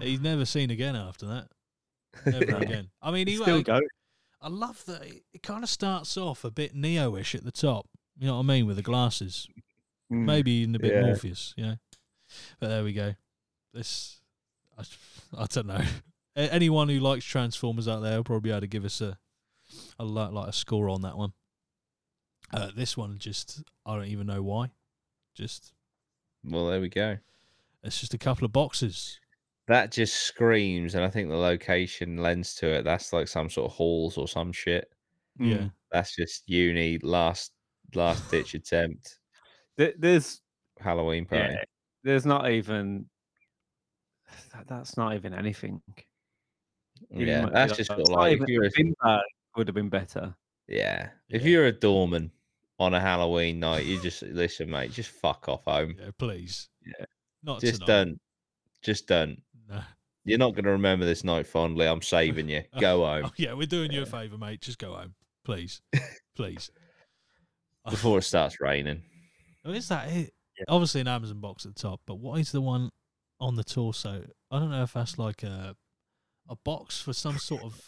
Speaker 1: He's never seen again after that. Never again. I mean, he,
Speaker 3: Still
Speaker 1: I,
Speaker 3: go.
Speaker 1: I love that it, it kind of starts off a bit Neo-ish at the top. You know what I mean with the glasses. Maybe even a bit
Speaker 2: Hmm. Yeah.
Speaker 1: Morpheus, you know. But there we go. This, I, I don't know. A- Anyone who likes Transformers out there will probably be able to give us a, a like, like a score on that one. Uh, this one just, I don't even know why. Just,
Speaker 2: Well, there we go.
Speaker 1: it's just a couple of boxes.
Speaker 2: That just screams, and I think the location lends to it. That's like some sort of halls or some shit.
Speaker 1: Yeah.
Speaker 2: That's just uni last last ditch attempt
Speaker 3: Th- There's
Speaker 2: Halloween
Speaker 3: yeah,
Speaker 2: party.
Speaker 3: there's not even that, that's not even anything.
Speaker 2: Yeah,
Speaker 3: Even like-
Speaker 2: that's
Speaker 3: like,
Speaker 2: just
Speaker 3: it's
Speaker 2: got
Speaker 3: not
Speaker 2: like if
Speaker 3: even-
Speaker 2: you're a,
Speaker 3: bin bag would have been better.
Speaker 2: yeah. If
Speaker 1: Yeah.
Speaker 2: you're a doorman on a Halloween night, you just listen, mate. Just fuck off home.
Speaker 1: Yeah, please.
Speaker 3: Yeah.
Speaker 1: Not
Speaker 2: Hmm. just
Speaker 1: tonight.
Speaker 2: don't. Just don't.
Speaker 1: No.
Speaker 2: You're not going to remember this night fondly. I'm saving you. Go home
Speaker 1: Oh, yeah, we're doing you a favour, mate. Just go home. Please. Please.
Speaker 2: before it starts raining.
Speaker 1: Oh, is that it? Obviously, an Amazon box at the top, but what is the one on the torso? I don't know if that's like a a box for some sort of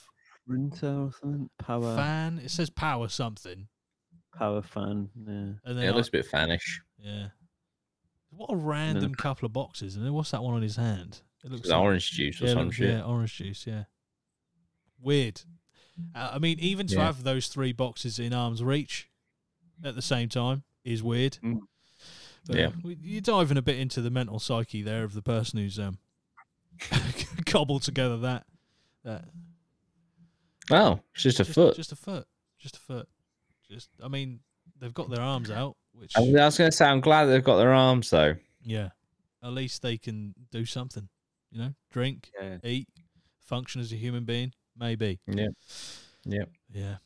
Speaker 3: Printer or something. Power
Speaker 1: fan. It says power something,
Speaker 3: power fan. Yeah.
Speaker 1: and then
Speaker 2: Yeah, it
Speaker 1: I-
Speaker 2: looks a bit fanish.
Speaker 1: yeah. What a random couple of boxes, and then what's that one on his hand? It
Speaker 2: It's like orange juice or
Speaker 1: yeah, it
Speaker 2: some
Speaker 1: looks-
Speaker 2: shit.
Speaker 1: yeah, orange juice. Yeah, weird. Uh, I mean, even to
Speaker 2: Yeah.
Speaker 1: have those three boxes in arm's reach at the same time is weird.
Speaker 3: Mm.
Speaker 1: But
Speaker 2: Yeah.
Speaker 1: we- you're diving a bit into the mental psyche there of the person who's um, cobbled together that that
Speaker 2: Oh, it's just a
Speaker 1: just,
Speaker 2: foot.
Speaker 1: just a foot, just a foot, just. I mean, they've got their arms out, which
Speaker 2: I mean, I was going to say, I'm glad they've got their arms though.
Speaker 1: yeah, at least they can do something. You know, drink,
Speaker 3: yeah.
Speaker 1: eat, function as a human being, maybe.
Speaker 2: Yeah. Yeah.
Speaker 1: Yeah.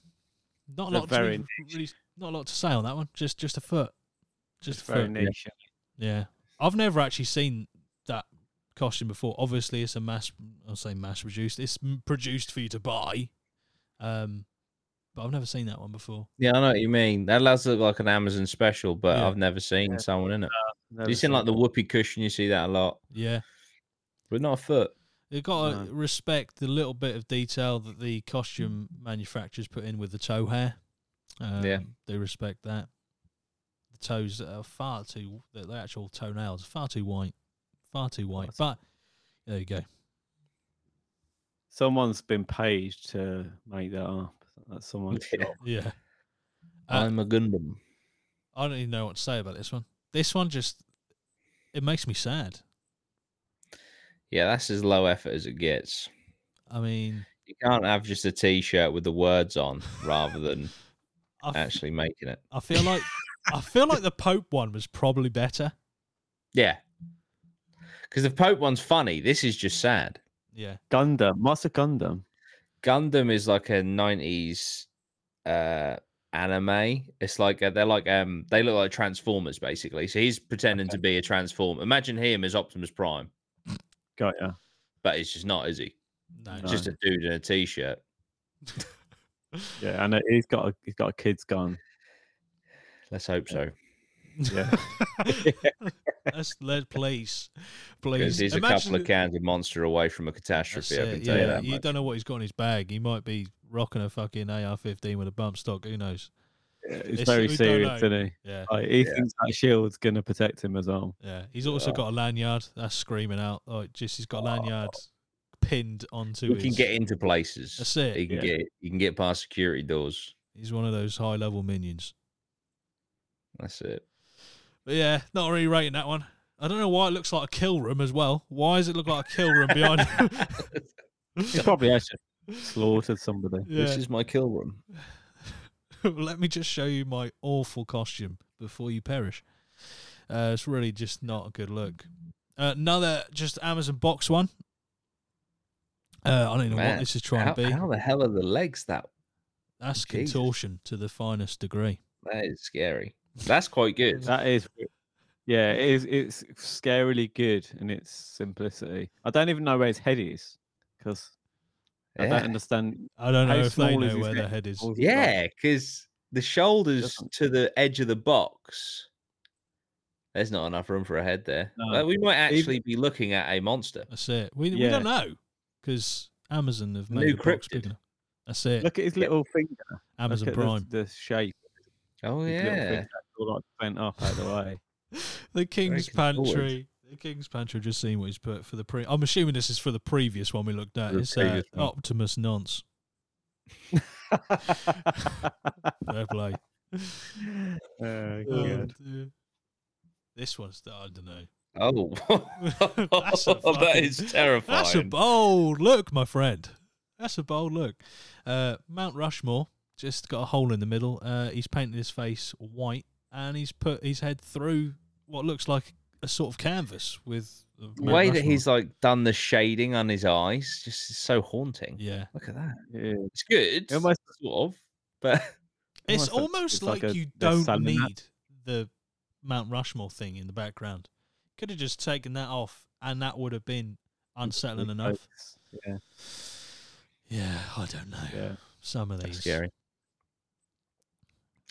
Speaker 1: Not a
Speaker 3: It's a
Speaker 1: lot
Speaker 3: very
Speaker 1: to be- really, not a lot to say on that one. Just just a foot. Just
Speaker 3: It's
Speaker 1: a
Speaker 3: very
Speaker 1: foot.
Speaker 3: niche.
Speaker 1: Yeah. I've never actually seen that costume before. Obviously it's a mass I'll say mass produced. It's m- produced for you to buy. Um but I've never seen that one before.
Speaker 2: Yeah, I know what you mean. That does look like an Amazon special, but
Speaker 1: Yeah.
Speaker 2: I've never seen
Speaker 3: Yeah.
Speaker 2: someone in it.
Speaker 3: Never
Speaker 2: you seen
Speaker 3: seen
Speaker 2: like the
Speaker 3: it.
Speaker 2: whoopee cushion? You see that a lot,
Speaker 1: Yeah.
Speaker 2: but not a foot.
Speaker 1: You've got to
Speaker 3: No.
Speaker 1: respect the little bit of detail that the costume manufacturers put in with the toe hair. Um,
Speaker 2: Yeah.
Speaker 1: they respect that. The toes are far too the, the actual toenails are far too white, far too white. But there you go.
Speaker 3: someone's been paid to make that up. That's someone's
Speaker 2: Yeah.
Speaker 3: job.
Speaker 1: Yeah, Uh,
Speaker 2: I'm a Gundam.
Speaker 1: I don't even know what to say about this one. This one just it makes me sad.
Speaker 2: Yeah, that's as low effort as it gets.
Speaker 1: I mean,
Speaker 2: You can't have just a T-shirt with the words on, rather than
Speaker 1: I, f-
Speaker 2: actually making it.
Speaker 1: I feel like I feel like the Pope one was probably better.
Speaker 2: Yeah, because the Pope one's funny. This is just sad.
Speaker 1: Yeah,
Speaker 3: Gundam. What's a Gundam?
Speaker 2: Gundam is like a '90s uh, anime. It's like uh they're like um they look like Transformers basically. So he's pretending to be a Transformer. Imagine him as Optimus Prime,
Speaker 3: Got ya.
Speaker 2: but he's just not, is he?
Speaker 1: no,
Speaker 2: It's Just a dude in a T-shirt.
Speaker 3: Yeah, and he's got a he's got a kid's gun.
Speaker 2: Let's hope so.
Speaker 3: Yeah.
Speaker 1: Let's let please,
Speaker 2: Because
Speaker 1: please.
Speaker 2: he's a couple of cans of Monster away from a
Speaker 1: that's
Speaker 2: catastrophe. I
Speaker 1: it,
Speaker 2: can tell you
Speaker 1: yeah,
Speaker 2: that.
Speaker 1: you
Speaker 2: much.
Speaker 1: don't know what he's got in his bag. He might be rocking a fucking AR-15 with a bump stock. Who knows?
Speaker 3: It's
Speaker 1: It's-
Speaker 3: very
Speaker 1: we don't
Speaker 3: serious,
Speaker 1: know.
Speaker 3: isn't he?
Speaker 1: Yeah,
Speaker 3: Like, he
Speaker 2: Yeah.
Speaker 3: thinks that shield's gonna protect him as well.
Speaker 1: yeah. He's also
Speaker 2: Yeah.
Speaker 1: got a lanyard. That's screaming out. Like just he's got a lanyard pinned onto.
Speaker 2: We
Speaker 1: his,
Speaker 2: can get into places.
Speaker 1: That's it.
Speaker 2: You can
Speaker 3: Yeah.
Speaker 2: get you can get past security doors.
Speaker 1: He's one of those high-level minions.
Speaker 2: That's it.
Speaker 1: But yeah, not really rating that one. I don't know why it looks like a kill room as well. Why does it look like a kill room behind?
Speaker 3: He probably actually slaughtered somebody.
Speaker 1: yeah.
Speaker 2: This is my kill room.
Speaker 1: Let me just show you my awful costume before you perish. Uh, it's really just not a good look. Uh, another just Amazon box one. Uh, I don't know what
Speaker 2: Man,
Speaker 1: this is trying
Speaker 2: how,
Speaker 1: to be.
Speaker 2: how the hell are the legs that?
Speaker 1: That's
Speaker 2: Jesus.
Speaker 1: contortion to the finest degree.
Speaker 2: That is scary. That's quite good.
Speaker 3: That is, yeah, it is. It's scarily good in its simplicity. I don't even know where his head is because I don't
Speaker 2: Yeah,
Speaker 3: understand.
Speaker 1: I don't know
Speaker 3: How
Speaker 1: if they
Speaker 3: small is
Speaker 1: know
Speaker 3: his
Speaker 1: where their
Speaker 3: neck?
Speaker 1: head is.
Speaker 2: yeah, because the shoulders
Speaker 3: Doesn't-
Speaker 2: to the edge of the box. There's not enough room for a head there.
Speaker 3: No.
Speaker 2: Well, we might
Speaker 3: Even-
Speaker 2: actually be looking at a monster.
Speaker 1: That's it. We, we
Speaker 3: Yeah.
Speaker 1: don't know because Amazon have
Speaker 2: The
Speaker 1: made
Speaker 2: new
Speaker 1: the box
Speaker 2: cryptid.
Speaker 1: big enough. That's it.
Speaker 3: Look at his little finger. Look
Speaker 1: Amazon
Speaker 3: at the-
Speaker 1: Prime.
Speaker 3: The, shape.
Speaker 2: Oh
Speaker 3: his little finger,
Speaker 2: yeah,
Speaker 3: that's all like bent up out of the way.
Speaker 1: the King's
Speaker 2: contorted.
Speaker 1: Pantry. The King's Pantry. Just seen what he's put for the pre. I'm assuming this is for the previous one we looked at.
Speaker 2: The
Speaker 1: It's uh,
Speaker 2: previous one.
Speaker 1: Optimus Nonce. Fair play.
Speaker 3: Oh,
Speaker 1: Oh,
Speaker 3: good.
Speaker 1: dear. This one's. I don't know.
Speaker 2: oh,
Speaker 1: That's a
Speaker 2: that
Speaker 1: fucking-
Speaker 2: is terrifying.
Speaker 1: That's a bold look, my friend. That's a bold look. Uh, Mount Rushmore just got a hole in the middle. Uh, he's painted his face white, and he's put his head through what looks like a sort of canvas with the
Speaker 2: the
Speaker 1: Mount
Speaker 2: way that
Speaker 1: Rushmore.
Speaker 2: he's like done the shading on his eyes just is so haunting.
Speaker 1: yeah.
Speaker 2: Look at that.
Speaker 3: Yeah.
Speaker 2: It's good,
Speaker 3: It almost-
Speaker 2: sort of, but
Speaker 1: It's
Speaker 3: Almost looks-
Speaker 1: almost
Speaker 3: it's
Speaker 1: like,
Speaker 3: like a-
Speaker 1: you
Speaker 3: they're
Speaker 1: don't
Speaker 3: selling that.
Speaker 1: need the Mount Rushmore thing in the background. Could have just taken that off, and that would have been unsettling enough.
Speaker 3: Yeah.
Speaker 1: Mm-hmm. Yeah, I don't know.
Speaker 3: Yeah.
Speaker 1: Some of these
Speaker 2: that's scary.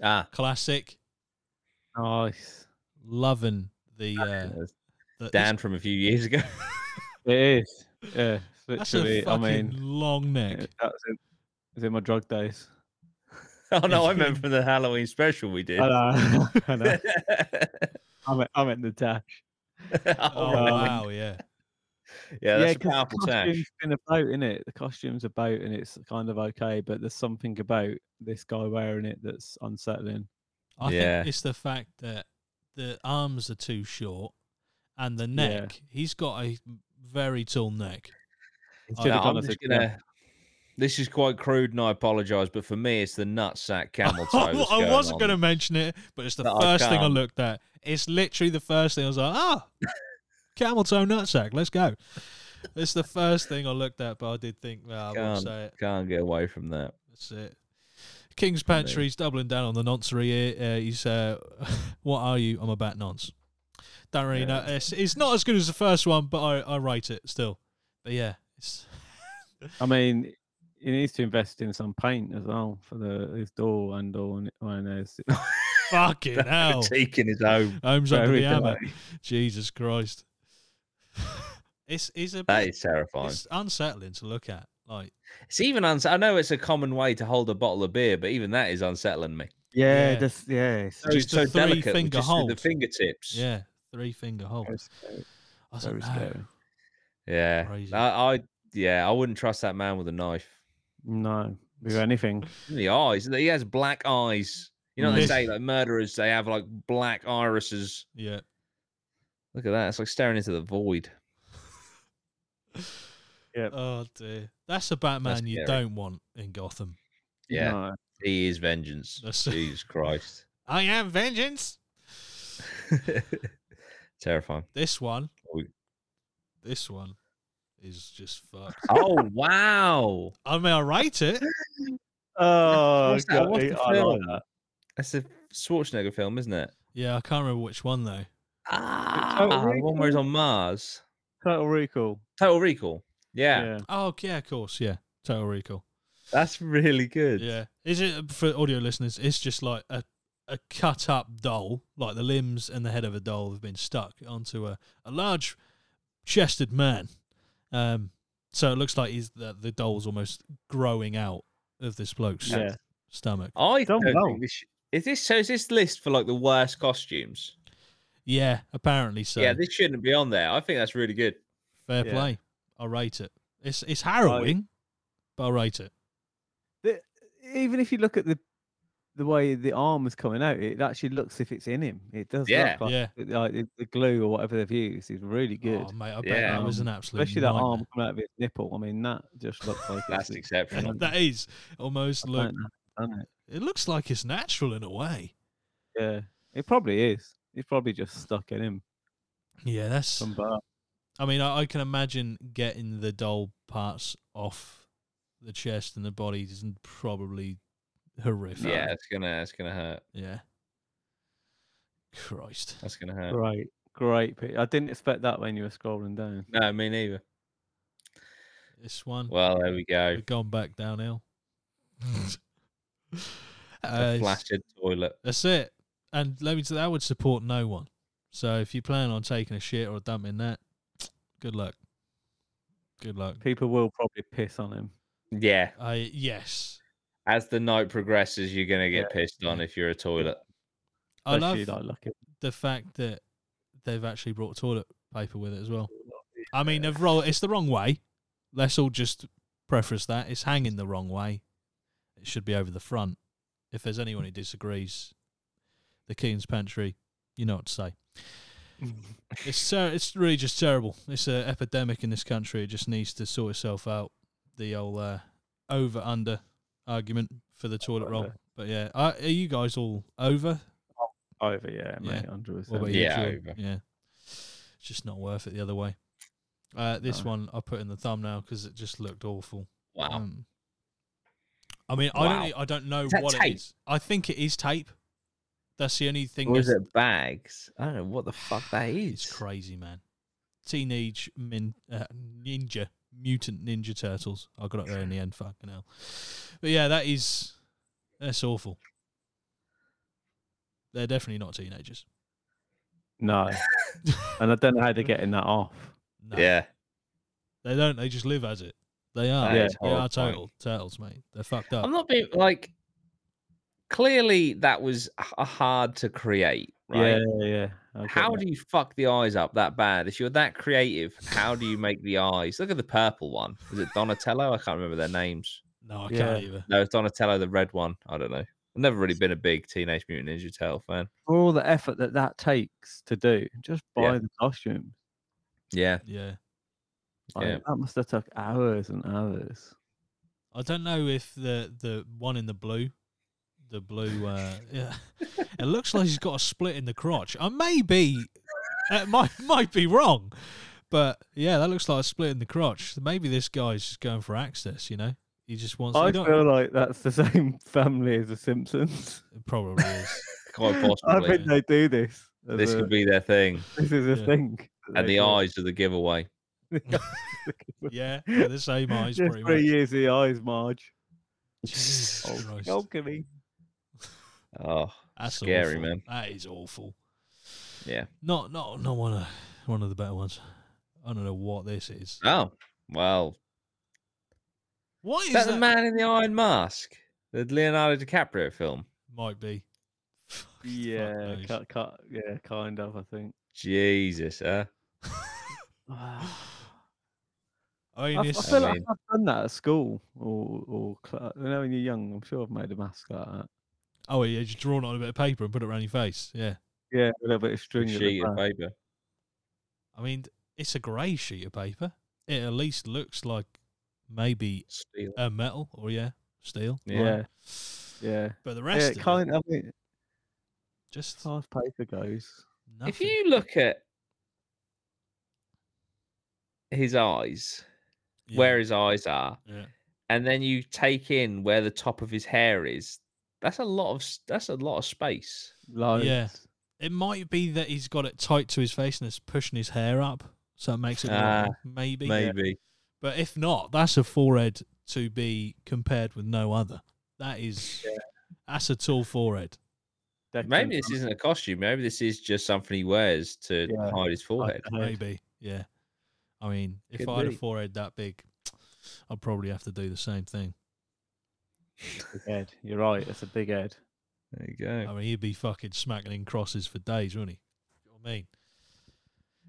Speaker 2: Ah,
Speaker 1: classic,
Speaker 3: Nice.
Speaker 1: loving the uh,
Speaker 2: that's
Speaker 1: the,
Speaker 2: Dan from a few years ago.
Speaker 3: It is. Yeah. it's
Speaker 1: That's a
Speaker 3: literally. I
Speaker 1: fucking
Speaker 3: mean,
Speaker 1: long neck.
Speaker 3: yeah, that's in, it's in my drug days.
Speaker 2: oh no, I meant from the Halloween special we did.
Speaker 3: I know. I know.
Speaker 2: oh,
Speaker 3: I'm, at, I'm at the dash.
Speaker 1: Oh
Speaker 3: Alright.
Speaker 1: wow, yeah.
Speaker 2: Yeah, that's a
Speaker 3: 'cause
Speaker 2: powerful
Speaker 3: the
Speaker 2: tash.
Speaker 3: costume's been a boat in it. The costume's a boat, and it's kind of okay, but there's something about this guy wearing it that's unsettling.
Speaker 1: I
Speaker 2: Yeah.
Speaker 1: think it's the fact that the arms are too short and the neck. He's got a very tall neck.
Speaker 3: It
Speaker 1: Oh,
Speaker 3: should've
Speaker 1: no,
Speaker 3: gone
Speaker 2: I'm
Speaker 3: as a
Speaker 2: just
Speaker 3: girl.
Speaker 2: gonna. This is quite crude, and I apologise, but for me, it's the nutsack camel toe.
Speaker 1: I,
Speaker 2: that's
Speaker 1: wasn't
Speaker 2: on.
Speaker 1: going to mention it, but it's the
Speaker 2: No, I
Speaker 1: first thing I
Speaker 2: can't.
Speaker 1: looked at. It's literally the first thing I was like, ah, camel toe nutsack. Let's go. It's the first thing I looked at, but I did think, well, I won't
Speaker 2: Can't.
Speaker 1: say it.
Speaker 2: Can't get away from that.
Speaker 1: That's it. King's Pantry's doubling down on the noncery here. Uh, he's, uh, what are you? I'm a bat nonce. Don't really know. It's, it's not as good as the first one, but I, I rate it still. But yeah, it's,
Speaker 3: I mean, he needs to invest in some paint as well for the his door and all. And, oh, and his-
Speaker 1: fucking hell.
Speaker 2: Critiquing his own.
Speaker 1: Homes under
Speaker 3: very
Speaker 1: the hammer.
Speaker 3: polite.
Speaker 1: Jesus Christ. it's, it's a
Speaker 2: That
Speaker 1: bit-
Speaker 2: is terrifying.
Speaker 1: it's unsettling to look at. Like,
Speaker 2: It's even uns- I know it's a common way to hold a bottle of beer, but even that is unsettling me.
Speaker 1: Yeah,
Speaker 3: Yeah,
Speaker 1: Yeah.
Speaker 3: Just, yeah.
Speaker 2: So,
Speaker 1: Just
Speaker 2: so
Speaker 1: the three
Speaker 2: delicate, with
Speaker 1: finger
Speaker 2: just with
Speaker 1: hold.
Speaker 2: the fingertips.
Speaker 1: yeah, three finger hold. I was
Speaker 3: Very
Speaker 1: like, "Ah." no.
Speaker 3: scary.
Speaker 2: yeah.
Speaker 1: Crazy.
Speaker 2: I, I, yeah, I wouldn't trust that man with a knife.
Speaker 3: No, do anything.
Speaker 2: The eyes, he has black eyes. You know what they
Speaker 1: Yes.
Speaker 2: say, like murderers, they have like black irises.
Speaker 1: Yeah.
Speaker 2: Look at that. It's like staring into the void.
Speaker 3: Yep.
Speaker 1: Oh, dear. That's a Batman you
Speaker 2: scary.
Speaker 1: don't want in Gotham.
Speaker 2: Yeah,
Speaker 3: No.
Speaker 2: he is vengeance.
Speaker 1: That's-
Speaker 2: Jesus Christ.
Speaker 1: I am vengeance.
Speaker 2: Terrifying.
Speaker 1: This one,
Speaker 2: Oh.
Speaker 1: this one is just fucked.
Speaker 2: Oh, wow.
Speaker 1: I mean, I rate it.
Speaker 3: Oh,
Speaker 2: What's that? What's
Speaker 3: God,
Speaker 2: the
Speaker 3: I like
Speaker 2: film?
Speaker 3: that.
Speaker 2: That's a Schwarzenegger film, isn't it?
Speaker 1: Yeah, I can't remember which one though.
Speaker 2: Ah, the one where he's on Mars.
Speaker 3: Total Recall.
Speaker 2: Total Recall. Yeah,
Speaker 1: Oh, yeah, of course. Yeah, Total Recall.
Speaker 2: that's really good.
Speaker 1: Yeah, is it uh, for audio listeners? It's just like a a cut up doll, like the limbs and the head of a doll have been stuck onto a a large chested man. Um, so it looks like he's the the doll's almost growing out of this bloke's
Speaker 3: Yeah.
Speaker 1: stomach.
Speaker 2: I
Speaker 3: Done
Speaker 2: don't think
Speaker 3: well.
Speaker 2: this- Is this so? Is this list for like the worst costumes?
Speaker 1: Yeah, apparently so.
Speaker 2: Yeah, this shouldn't be on there. I think that's really good.
Speaker 1: Fair
Speaker 3: Yeah.
Speaker 1: play. I rate it. It's it's harrowing, but I rate it.
Speaker 3: The, even if you look at the the way the arm is coming out, it actually looks if it's in him. It does.
Speaker 2: Yeah.
Speaker 3: Look like,
Speaker 1: Yeah.
Speaker 3: it- like it- the glue or whatever they've used is really good.
Speaker 1: Oh, mate, I bet
Speaker 2: Yeah.
Speaker 1: that was an absolute.
Speaker 3: Especially that
Speaker 1: nightmare.
Speaker 3: arm coming out of his nipple. I mean, that just looks like
Speaker 2: That's
Speaker 3: it's
Speaker 2: exceptional.
Speaker 1: that is almost look.
Speaker 3: Don't know, don't it?
Speaker 1: It looks like it's natural in a way.
Speaker 3: Yeah, it probably is. It's probably just stuck in him
Speaker 1: Yeah, that's
Speaker 3: from birth.
Speaker 1: I mean, I, I can imagine getting the dull parts off the chest and the body is probably horrific.
Speaker 2: Yeah, it's gonna it's gonna hurt.
Speaker 1: Yeah. Christ.
Speaker 2: That's gonna hurt.
Speaker 3: Great, great. pic- I didn't expect that when you were scrolling down.
Speaker 2: No, me neither.
Speaker 1: This one.
Speaker 2: Well, there we go.
Speaker 1: we've gone back downhill.
Speaker 2: The
Speaker 1: Uh,
Speaker 2: flaccid toilet.
Speaker 1: That's it. And let me say that would support no one. So if you plan on taking a shit or dumping that, good luck. Good luck.
Speaker 3: People will probably piss on him.
Speaker 2: Yeah.
Speaker 1: I yes.
Speaker 2: As the night progresses, you're gonna get pissed on
Speaker 1: yeah.
Speaker 2: if you're a toilet.
Speaker 1: I
Speaker 3: Especially,
Speaker 1: love
Speaker 3: like, lucky.
Speaker 1: the fact that they've actually brought toilet paper with it as well. I mean, they've rolled. It's the wrong way. Let's all just preface that it's hanging the wrong way. It should be over the front. If there's anyone who disagrees, the King's Pantry, you know what to say. it's ter- it's really just terrible. It's an epidemic in this country. It just needs to sort itself out. The old uh, over under argument for the toilet roll. But yeah, are, are you guys all over
Speaker 3: Over, yeah,
Speaker 1: Yeah.
Speaker 3: mate. Hundred
Speaker 1: what about
Speaker 3: percent.
Speaker 1: you,
Speaker 2: Yeah,
Speaker 1: Jill?
Speaker 2: over.
Speaker 1: Yeah. It's just not worth it the other way. Uh, this
Speaker 3: No.
Speaker 1: one I put in the thumbnail because it just looked awful.
Speaker 2: Wow.
Speaker 1: Um, I mean, I
Speaker 2: Oh. Wow.
Speaker 1: don't. e- I don't know
Speaker 2: Is that
Speaker 1: what
Speaker 2: tape?
Speaker 1: it is. I think it is tape. That's the only thing.
Speaker 2: Or is
Speaker 1: that's-
Speaker 2: it bags? I don't know what the fuck that is.
Speaker 1: It's crazy, man. Teenage min, uh, ninja mutant ninja turtles. I got it there in the end. Fucking hell. But yeah, that is that's awful. They're definitely not teenagers.
Speaker 3: No, and I don't know how they're getting that off.
Speaker 1: No.
Speaker 2: Yeah.
Speaker 1: They don't. They just live as it. They are.
Speaker 2: That
Speaker 1: Yeah,
Speaker 2: is
Speaker 1: they are
Speaker 2: horrifying.
Speaker 1: turtle, turtles, mate. They're fucked up.
Speaker 2: I'm not being like clearly that was h- hard to create, right?
Speaker 3: Yeah, yeah, yeah. I get
Speaker 2: How
Speaker 3: that.
Speaker 2: do you fuck the eyes up that bad? If you're that creative, how do you make the eyes? Look at the purple one. Is it Donatello? I can't remember their names.
Speaker 1: no, I
Speaker 3: Yeah.
Speaker 1: can't either.
Speaker 2: No, it's Donatello, the red one. I don't know. I've never really been a big Teenage Mutant Ninja Turtle fan.
Speaker 3: for all the effort that that takes to do, just buy
Speaker 2: Yeah.
Speaker 3: the costumes.
Speaker 2: Yeah.
Speaker 1: Yeah,
Speaker 3: Like,
Speaker 2: Yeah.
Speaker 3: That must have took hours and hours.
Speaker 1: I don't know if the the one in the blue, the blue. Uh, yeah, it looks like he's got a split in the crotch. I may be, that might might be wrong, but yeah, that looks like a split in the crotch. Maybe this guy's just going for access. You know, he just wants.
Speaker 3: I
Speaker 1: he don't-
Speaker 3: feel like that's the same family as the Simpsons.
Speaker 1: it probably is.
Speaker 2: Quite
Speaker 3: I
Speaker 2: possibly.
Speaker 3: think they do this. as
Speaker 2: This
Speaker 3: a-
Speaker 2: could be their thing.
Speaker 3: this is a
Speaker 1: yeah.
Speaker 3: thing. that
Speaker 2: And
Speaker 3: they
Speaker 2: the
Speaker 3: do.
Speaker 2: eyes are the giveaway.
Speaker 1: yeah, they're the same eyes,
Speaker 3: Just
Speaker 1: pretty
Speaker 3: three
Speaker 1: much.
Speaker 3: years the eyes, Marge.
Speaker 1: Jesus Christ.
Speaker 3: Balcony.
Speaker 2: Oh,
Speaker 1: That's
Speaker 2: Scary,
Speaker 1: awful.
Speaker 2: man.
Speaker 1: That is awful.
Speaker 2: Yeah.
Speaker 1: Not not not one of one of the better ones. I don't know what this is.
Speaker 2: oh. Well,
Speaker 1: What is
Speaker 2: Is that
Speaker 1: that?
Speaker 2: the man in the iron mask? The Leonardo DiCaprio film.
Speaker 1: Might be. Fuck
Speaker 3: Yeah,
Speaker 1: knows.
Speaker 3: cut, cut, yeah, kind of. I think.
Speaker 2: Jesus, huh?
Speaker 3: I,
Speaker 1: I mean,
Speaker 3: I
Speaker 1: it's,
Speaker 3: feel
Speaker 2: I
Speaker 3: like
Speaker 2: mean-
Speaker 3: I've done that at school or or cl- you know when you're young. I'm sure I've made a uh, mask like that.
Speaker 1: oh yeah, just drawn it on a bit of paper and put it around your face. Yeah.
Speaker 3: Yeah, a little bit of string. at the
Speaker 2: Sheet of
Speaker 3: back.
Speaker 2: paper.
Speaker 1: I mean, it's a grey sheet of paper. It at least looks like maybe
Speaker 2: Steel.
Speaker 1: a metal or yeah, steel. right?
Speaker 3: Yeah, yeah.
Speaker 1: But the
Speaker 3: Yeah,
Speaker 1: rest
Speaker 3: it
Speaker 1: of it,
Speaker 3: kind of. I mean,
Speaker 1: just
Speaker 3: as far as paper goes,
Speaker 1: nothing.
Speaker 2: If you look at his eyes,
Speaker 1: Yeah,
Speaker 2: where his eyes are,
Speaker 1: yeah.
Speaker 2: and then you take in where the top of his hair is, that's a lot of s- that's a lot of space.
Speaker 3: loads.
Speaker 1: It might be that he's got it tight to his face and is pushing his hair up, so it makes it look
Speaker 2: Ah,
Speaker 1: like- maybe.
Speaker 2: Maybe.
Speaker 1: But if not, that's a forehead to be compared with no other. That is, that's a tall forehead.
Speaker 3: Declan
Speaker 2: Maybe this
Speaker 3: Thompson.
Speaker 2: isn't a costume. Maybe this is just something he wears to
Speaker 3: Yeah.
Speaker 2: hide his forehead.
Speaker 3: Right.
Speaker 1: Maybe, yeah. I mean, if
Speaker 2: Could
Speaker 1: I had
Speaker 2: be.
Speaker 1: a forehead that big, I'd probably have to do the same thing.
Speaker 3: Big head. You're right. It's a big head.
Speaker 2: There you
Speaker 1: I
Speaker 2: go.
Speaker 1: mean, he'd be fucking smacking in crosses for days, wouldn't he? You know what I mean,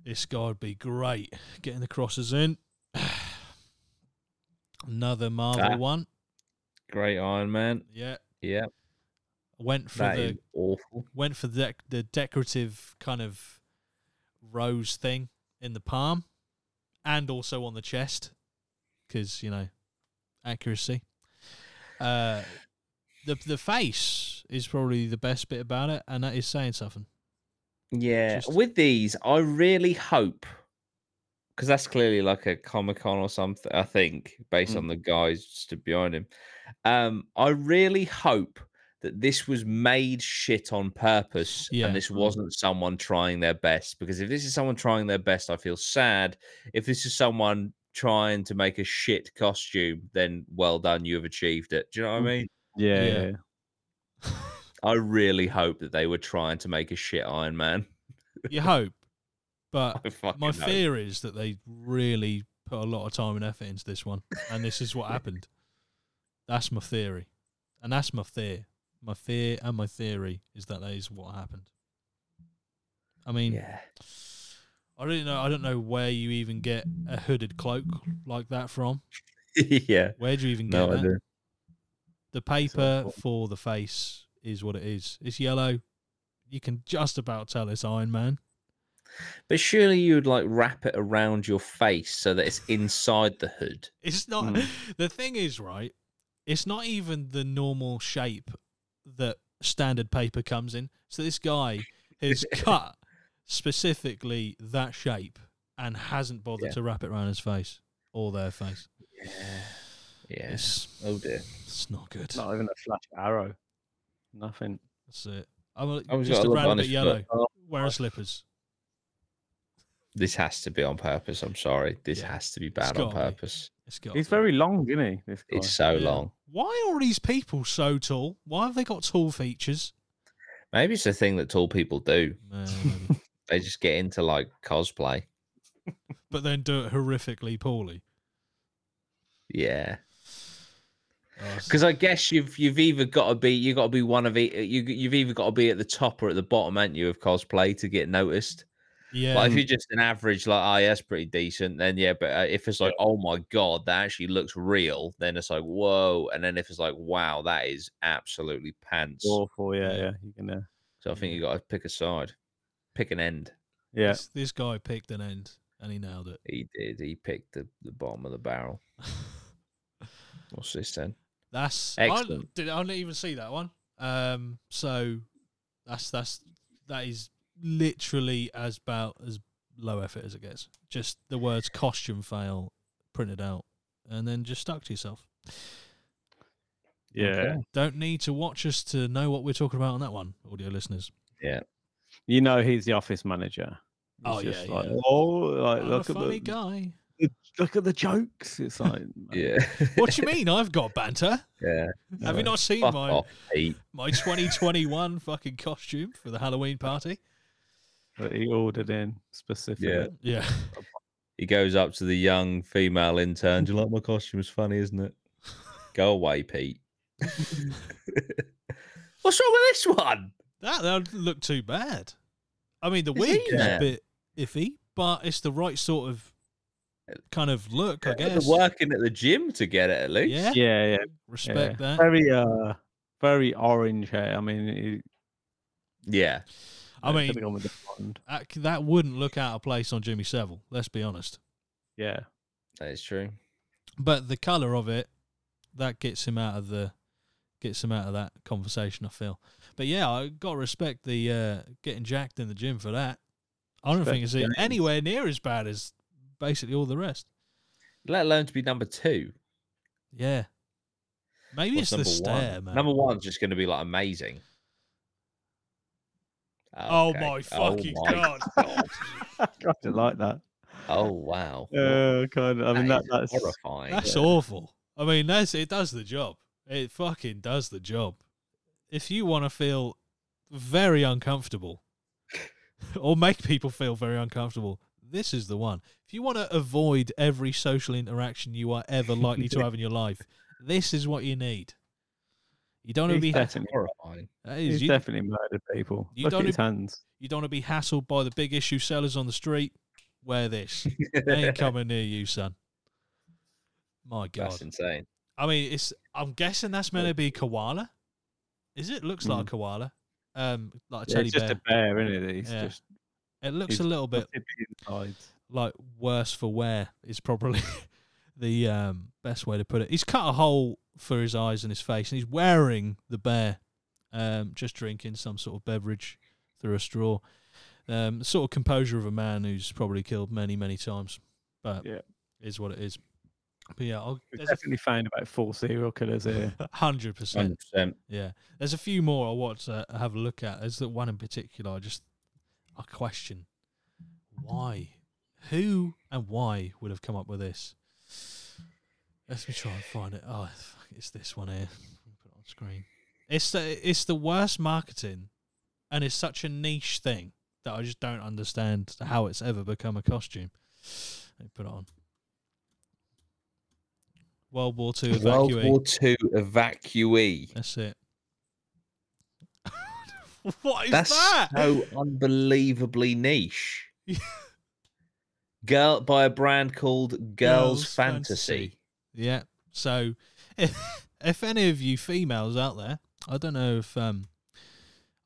Speaker 1: this guy'd be great getting the crosses in. Another Marvel
Speaker 2: Ah.
Speaker 1: one,
Speaker 2: Great Iron Man.
Speaker 1: yeah.
Speaker 2: Yeah,
Speaker 1: Went for
Speaker 2: that
Speaker 1: the
Speaker 2: is awful.
Speaker 1: went for the the decorative kind of rose thing in the palm and also on the chest because you know accuracy uh the the face is probably the best bit about it and that is saying something
Speaker 2: Yeah,
Speaker 1: Just-
Speaker 2: with these, I really hope because that's clearly like a Comic Con or something. I think based on the
Speaker 1: Mm-hmm.
Speaker 2: guys stood behind him. Um, I really hope that this was made shit on purpose
Speaker 1: Yeah.
Speaker 2: and this wasn't someone trying their best. Because if this is someone trying their best, I feel sad. If this is someone trying to make a shit costume, then well done, you have achieved it. Do you know
Speaker 1: Mm-hmm.
Speaker 2: what I mean?
Speaker 3: Yeah,
Speaker 1: Yeah.
Speaker 3: yeah.
Speaker 2: I really hope that they were trying to make a shit Iron Man.
Speaker 1: You hope, but
Speaker 2: I fucking
Speaker 1: my
Speaker 2: hope.
Speaker 1: fear is that they really put a lot of time and effort into this one, and this is what happened. That's my theory, and that's my fear. My fear and my theory is that that is what happened. I mean,
Speaker 2: Yeah.
Speaker 1: I don't know. I don't know where you even get a hooded cloak like that from.
Speaker 2: yeah.
Speaker 1: Where do you even get
Speaker 2: No
Speaker 1: that?
Speaker 2: idea.
Speaker 1: The paper
Speaker 2: cool.
Speaker 1: for the face is what it is. It's yellow. You can just about tell it's Iron Man.
Speaker 2: But surely you would like wrap it around your face so that it's inside the hood.
Speaker 1: It's not.
Speaker 2: Hmm.
Speaker 3: Mm.
Speaker 1: The thing is, right? It's not even the normal shape that standard paper comes in. So this guy has cut specifically that shape and hasn't bothered
Speaker 2: Yeah.
Speaker 1: to wrap it around his face or their face.
Speaker 2: Yeah. Yeah.
Speaker 1: It's
Speaker 2: Oh dear.
Speaker 1: it's not good.
Speaker 3: Not even a flash arrow. Nothing.
Speaker 1: That's it. I'm a-
Speaker 2: I was
Speaker 1: just
Speaker 2: got
Speaker 1: a
Speaker 2: a lump
Speaker 1: random
Speaker 2: on
Speaker 1: bit
Speaker 2: his
Speaker 1: yellow.
Speaker 2: foot. Oh,
Speaker 1: Wearing slippers.
Speaker 2: This has to be on purpose. I'm sorry. This
Speaker 1: Yeah.
Speaker 2: has to be bad
Speaker 1: gotta
Speaker 2: on
Speaker 1: be.
Speaker 2: purpose.
Speaker 1: It's got.
Speaker 3: He's
Speaker 1: to be.
Speaker 3: very long, isn't he? This guy.
Speaker 2: It's so
Speaker 1: Yeah.
Speaker 2: long.
Speaker 1: Why are all these people so tall? Why have they got tall features?
Speaker 2: Maybe it's a thing that tall people do. They just get into like cosplay.
Speaker 1: but then do it horrifically poorly.
Speaker 2: Yeah.
Speaker 1: Oh, it's-
Speaker 2: Because I guess you've you've either got to be you got to be one of e- you you've either got to be at the top or at the bottom, ain't you, of cosplay to get noticed.
Speaker 1: yeah,
Speaker 2: Like if you're just an average, like oh, yeah, that's pretty decent, then yeah. But uh, if it's like, oh my god, that actually looks real, then it's like whoa. And then if it's like, wow, that is absolutely pants.
Speaker 3: Awful. Yeah,
Speaker 1: Yeah.
Speaker 3: yeah. You can. Uh,
Speaker 2: So I think
Speaker 1: Mm.
Speaker 2: you got to pick a side, pick an end.
Speaker 3: yeah.
Speaker 1: This, this guy picked an end and he nailed it.
Speaker 2: He did. He picked the, the bottom of the barrel. What's this then?
Speaker 1: That's I
Speaker 2: Excellent.
Speaker 1: did. I didn't even see that one. Um, so that's that's that is literally as about as low effort as it gets. Just the words costume fail printed out and then just stuck to yourself.
Speaker 3: Yeah.
Speaker 2: Okay.
Speaker 1: Don't need to watch us to know what we're talking about on that one, audio listeners.
Speaker 3: You know he's the office manager. He's
Speaker 1: Oh, yeah,
Speaker 3: just like,
Speaker 1: yeah.
Speaker 3: Oh, like
Speaker 1: I'm a
Speaker 3: look at
Speaker 1: funny
Speaker 3: the
Speaker 1: guy.
Speaker 3: look at the jokes. It's like
Speaker 2: Yeah,
Speaker 1: What do you mean? I've got banter.
Speaker 2: yeah.
Speaker 1: Have you not seen
Speaker 2: Fuck
Speaker 1: my
Speaker 2: off, Pete.
Speaker 1: my 2021 fucking costume for the Halloween party?
Speaker 3: that he ordered in specifically.
Speaker 1: Yeah.
Speaker 2: He goes up to the young female intern. Do you like my costume? It's funny, isn't it? Go away, Pete. What's wrong with this one?
Speaker 1: That don't look too bad. I mean, the wig is a
Speaker 2: Yeah.
Speaker 1: bit iffy, but it's the right sort of kind of look, I
Speaker 2: They're
Speaker 1: guess.
Speaker 2: working at the gym to get it at least.
Speaker 1: Yeah.
Speaker 3: yeah, yeah.
Speaker 1: Respect
Speaker 3: yeah.
Speaker 1: that.
Speaker 3: Very uh, very orange hair. I mean, he-
Speaker 2: Yeah.
Speaker 1: I
Speaker 3: like,
Speaker 1: mean,
Speaker 3: coming on with the blonde.
Speaker 1: that, that wouldn't look out of place on Jimmy Savile. Let's be honest.
Speaker 3: Yeah,
Speaker 2: That is true.
Speaker 1: But the color of it, that gets him out of the gets him out of that conversation. I feel. But yeah, I got to respect the uh, getting jacked in the gym for that. I don't think it's
Speaker 3: Respect the
Speaker 1: anywhere near as bad as basically all the rest.
Speaker 2: Let alone to be number two.
Speaker 1: Yeah. Maybe
Speaker 2: What's
Speaker 1: it's the
Speaker 2: number one?
Speaker 1: stare, man.
Speaker 2: Number one's just going to be like amazing.
Speaker 1: Oh
Speaker 2: Okay.
Speaker 1: my
Speaker 2: Oh
Speaker 1: fucking
Speaker 2: my
Speaker 1: god!
Speaker 3: I kind of like that.
Speaker 2: Oh wow.
Speaker 3: Uh, kind of. I mean, that,
Speaker 2: That is
Speaker 3: that's
Speaker 2: horrifying.
Speaker 1: That's awful. I mean, that's it. Does the job? It fucking does the job. If you want to feel very uncomfortable, or make people feel very uncomfortable, this is the one. If you want to avoid every social interaction you are ever likely to have in your life, this is what you need. You don't want to
Speaker 3: he's
Speaker 1: be.
Speaker 3: definitely,
Speaker 2: horrifying.
Speaker 1: that
Speaker 3: he's
Speaker 1: is, you,
Speaker 3: definitely murdered people.
Speaker 1: you
Speaker 3: Look
Speaker 1: don't
Speaker 3: at his
Speaker 1: even-
Speaker 3: hands.
Speaker 1: you don't want to be hassled by the big issue sellers on the street. Wear this. They ain't coming near you, son. My God.
Speaker 2: That's insane.
Speaker 1: I mean, it's. I'm guessing that's meant to be koala. Is it? Looks like a koala. Um, like a
Speaker 3: Yeah,
Speaker 1: teddy
Speaker 3: it's just
Speaker 1: bear.
Speaker 3: a bear, isn't it? He's
Speaker 1: Yeah.
Speaker 3: just
Speaker 1: it looks
Speaker 3: he's
Speaker 1: a little bit
Speaker 3: tipping inside.
Speaker 1: like worse for wear is probably the um best way to put it. He's cut a hole for his eyes and his face, and he's wearing the bear, um, just drinking some sort of beverage through a straw. Um, the sort of composure of a man who's probably killed many, many times. But
Speaker 3: Yeah.
Speaker 1: it is what it is. But yeah, I'll,
Speaker 3: We've
Speaker 1: there's
Speaker 3: definitely found about four serial killers here.
Speaker 1: a hundred percent.
Speaker 2: 100%.
Speaker 1: Yeah, there's a few more I want to have a look at. There's that one in particular. I just I question why, who, and why would have come up with this. Let me try and find it. Oh, fuck, it's this one here. Put it on screen. It's the it's the worst marketing, and it's such a niche thing that I just don't understand how it's ever become a costume. Let me put it on. World War Two
Speaker 2: World
Speaker 1: evacuate.
Speaker 2: War Two evacuee.
Speaker 1: That's it. what is
Speaker 2: That's
Speaker 1: that?
Speaker 2: so unbelievably niche. Girl by a brand called Girls,
Speaker 1: Girls
Speaker 2: Fantasy.
Speaker 1: Fantasy. Yeah. So, if, if any of you females out there, I don't know if, um,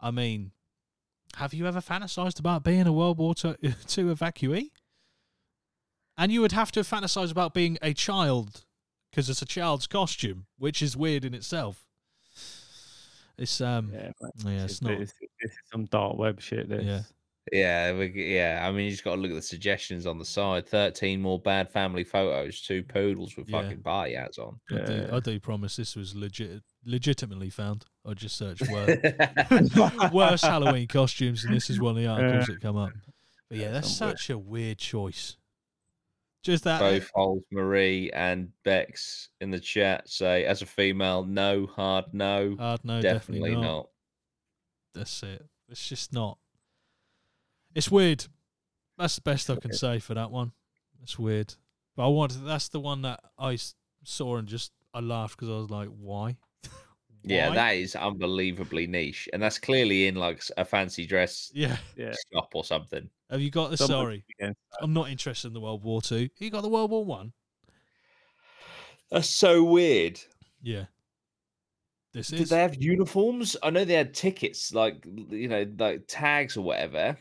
Speaker 1: I mean, have you ever fantasized about being a World War Two two evacuee? And you would have to fantasize about being a child because it's a child's costume, which is weird in itself. It's um, yeah,
Speaker 3: Yeah, but
Speaker 1: it's
Speaker 3: this,
Speaker 1: not.
Speaker 3: This, this is some dark web shit. This.
Speaker 1: Yeah.
Speaker 2: Yeah, we, yeah. I mean, you just got to look at the suggestions on the side. Thirteen more bad family photos. Two poodles with
Speaker 1: Yeah.
Speaker 2: fucking party hats on.
Speaker 1: I, do,
Speaker 3: Yeah.
Speaker 1: I do promise this was legit, legitimately found. I just searched word. Uh, worst Halloween costumes, and this is one of the articles that come up. But yeah, that's
Speaker 3: Somewhere.
Speaker 1: such a weird choice. Just that.
Speaker 2: Both Holes Marie and Bex in the chat say, as a female, no, hard no,
Speaker 1: Hard Uh, no,
Speaker 2: definitely,
Speaker 1: definitely, not.
Speaker 2: not.
Speaker 1: That's it. It's just not. It's weird. That's the best I can say for that one. It's weird. But I wanted. That's the one that I s- saw and just I laughed because I was like, why?
Speaker 2: Yeah,
Speaker 1: Why?
Speaker 2: that is unbelievably niche, and that's clearly in like a fancy dress
Speaker 1: Yeah.
Speaker 3: Yeah.
Speaker 2: shop or something.
Speaker 1: Have you got the?
Speaker 3: Someone-
Speaker 1: Sorry,
Speaker 3: Yeah.
Speaker 1: I'm not interested in the World War Two. You got the World War One?
Speaker 2: That's so weird.
Speaker 1: Yeah. This
Speaker 2: Did
Speaker 1: is.
Speaker 2: they have uniforms? I know they had tickets, like you know, like tags or whatever,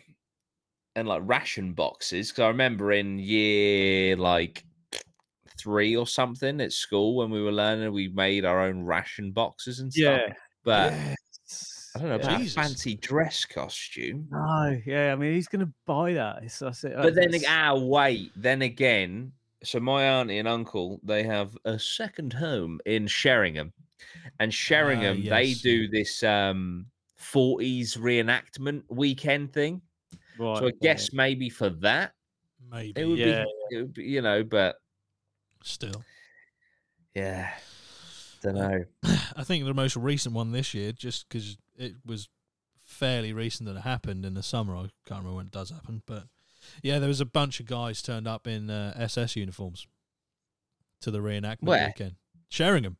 Speaker 2: and like ration boxes. Because I remember in year like three or something at school when we were learning, we made our own ration boxes and stuff.
Speaker 3: Yeah.
Speaker 2: But
Speaker 3: Yes.
Speaker 2: I don't know
Speaker 3: Yeah.
Speaker 2: about
Speaker 1: Jesus.
Speaker 2: a fancy dress costume.
Speaker 3: No, yeah, I mean, he's going to buy that. It's, that's it.
Speaker 2: But then,
Speaker 3: that's-
Speaker 2: ag- ah, wait. Then again, so my auntie and uncle they have a second home in Sheringham, and Sheringham they
Speaker 1: Ah, yes.
Speaker 2: do this um 40s reenactment weekend thing.
Speaker 3: Right,
Speaker 2: so I
Speaker 3: okay.
Speaker 2: guess maybe for that
Speaker 1: Maybe
Speaker 2: it would
Speaker 3: Yeah,
Speaker 2: be, it would be, you know, but
Speaker 1: still.
Speaker 2: yeah, don't know.
Speaker 1: I think the most recent one this year, just because it was fairly recent that it happened in the summer. I can't remember when it does happen, but yeah, there was a bunch of guys turned up in uh, SS uniforms to the reenactment
Speaker 2: Where?
Speaker 1: weekend. Sheringham.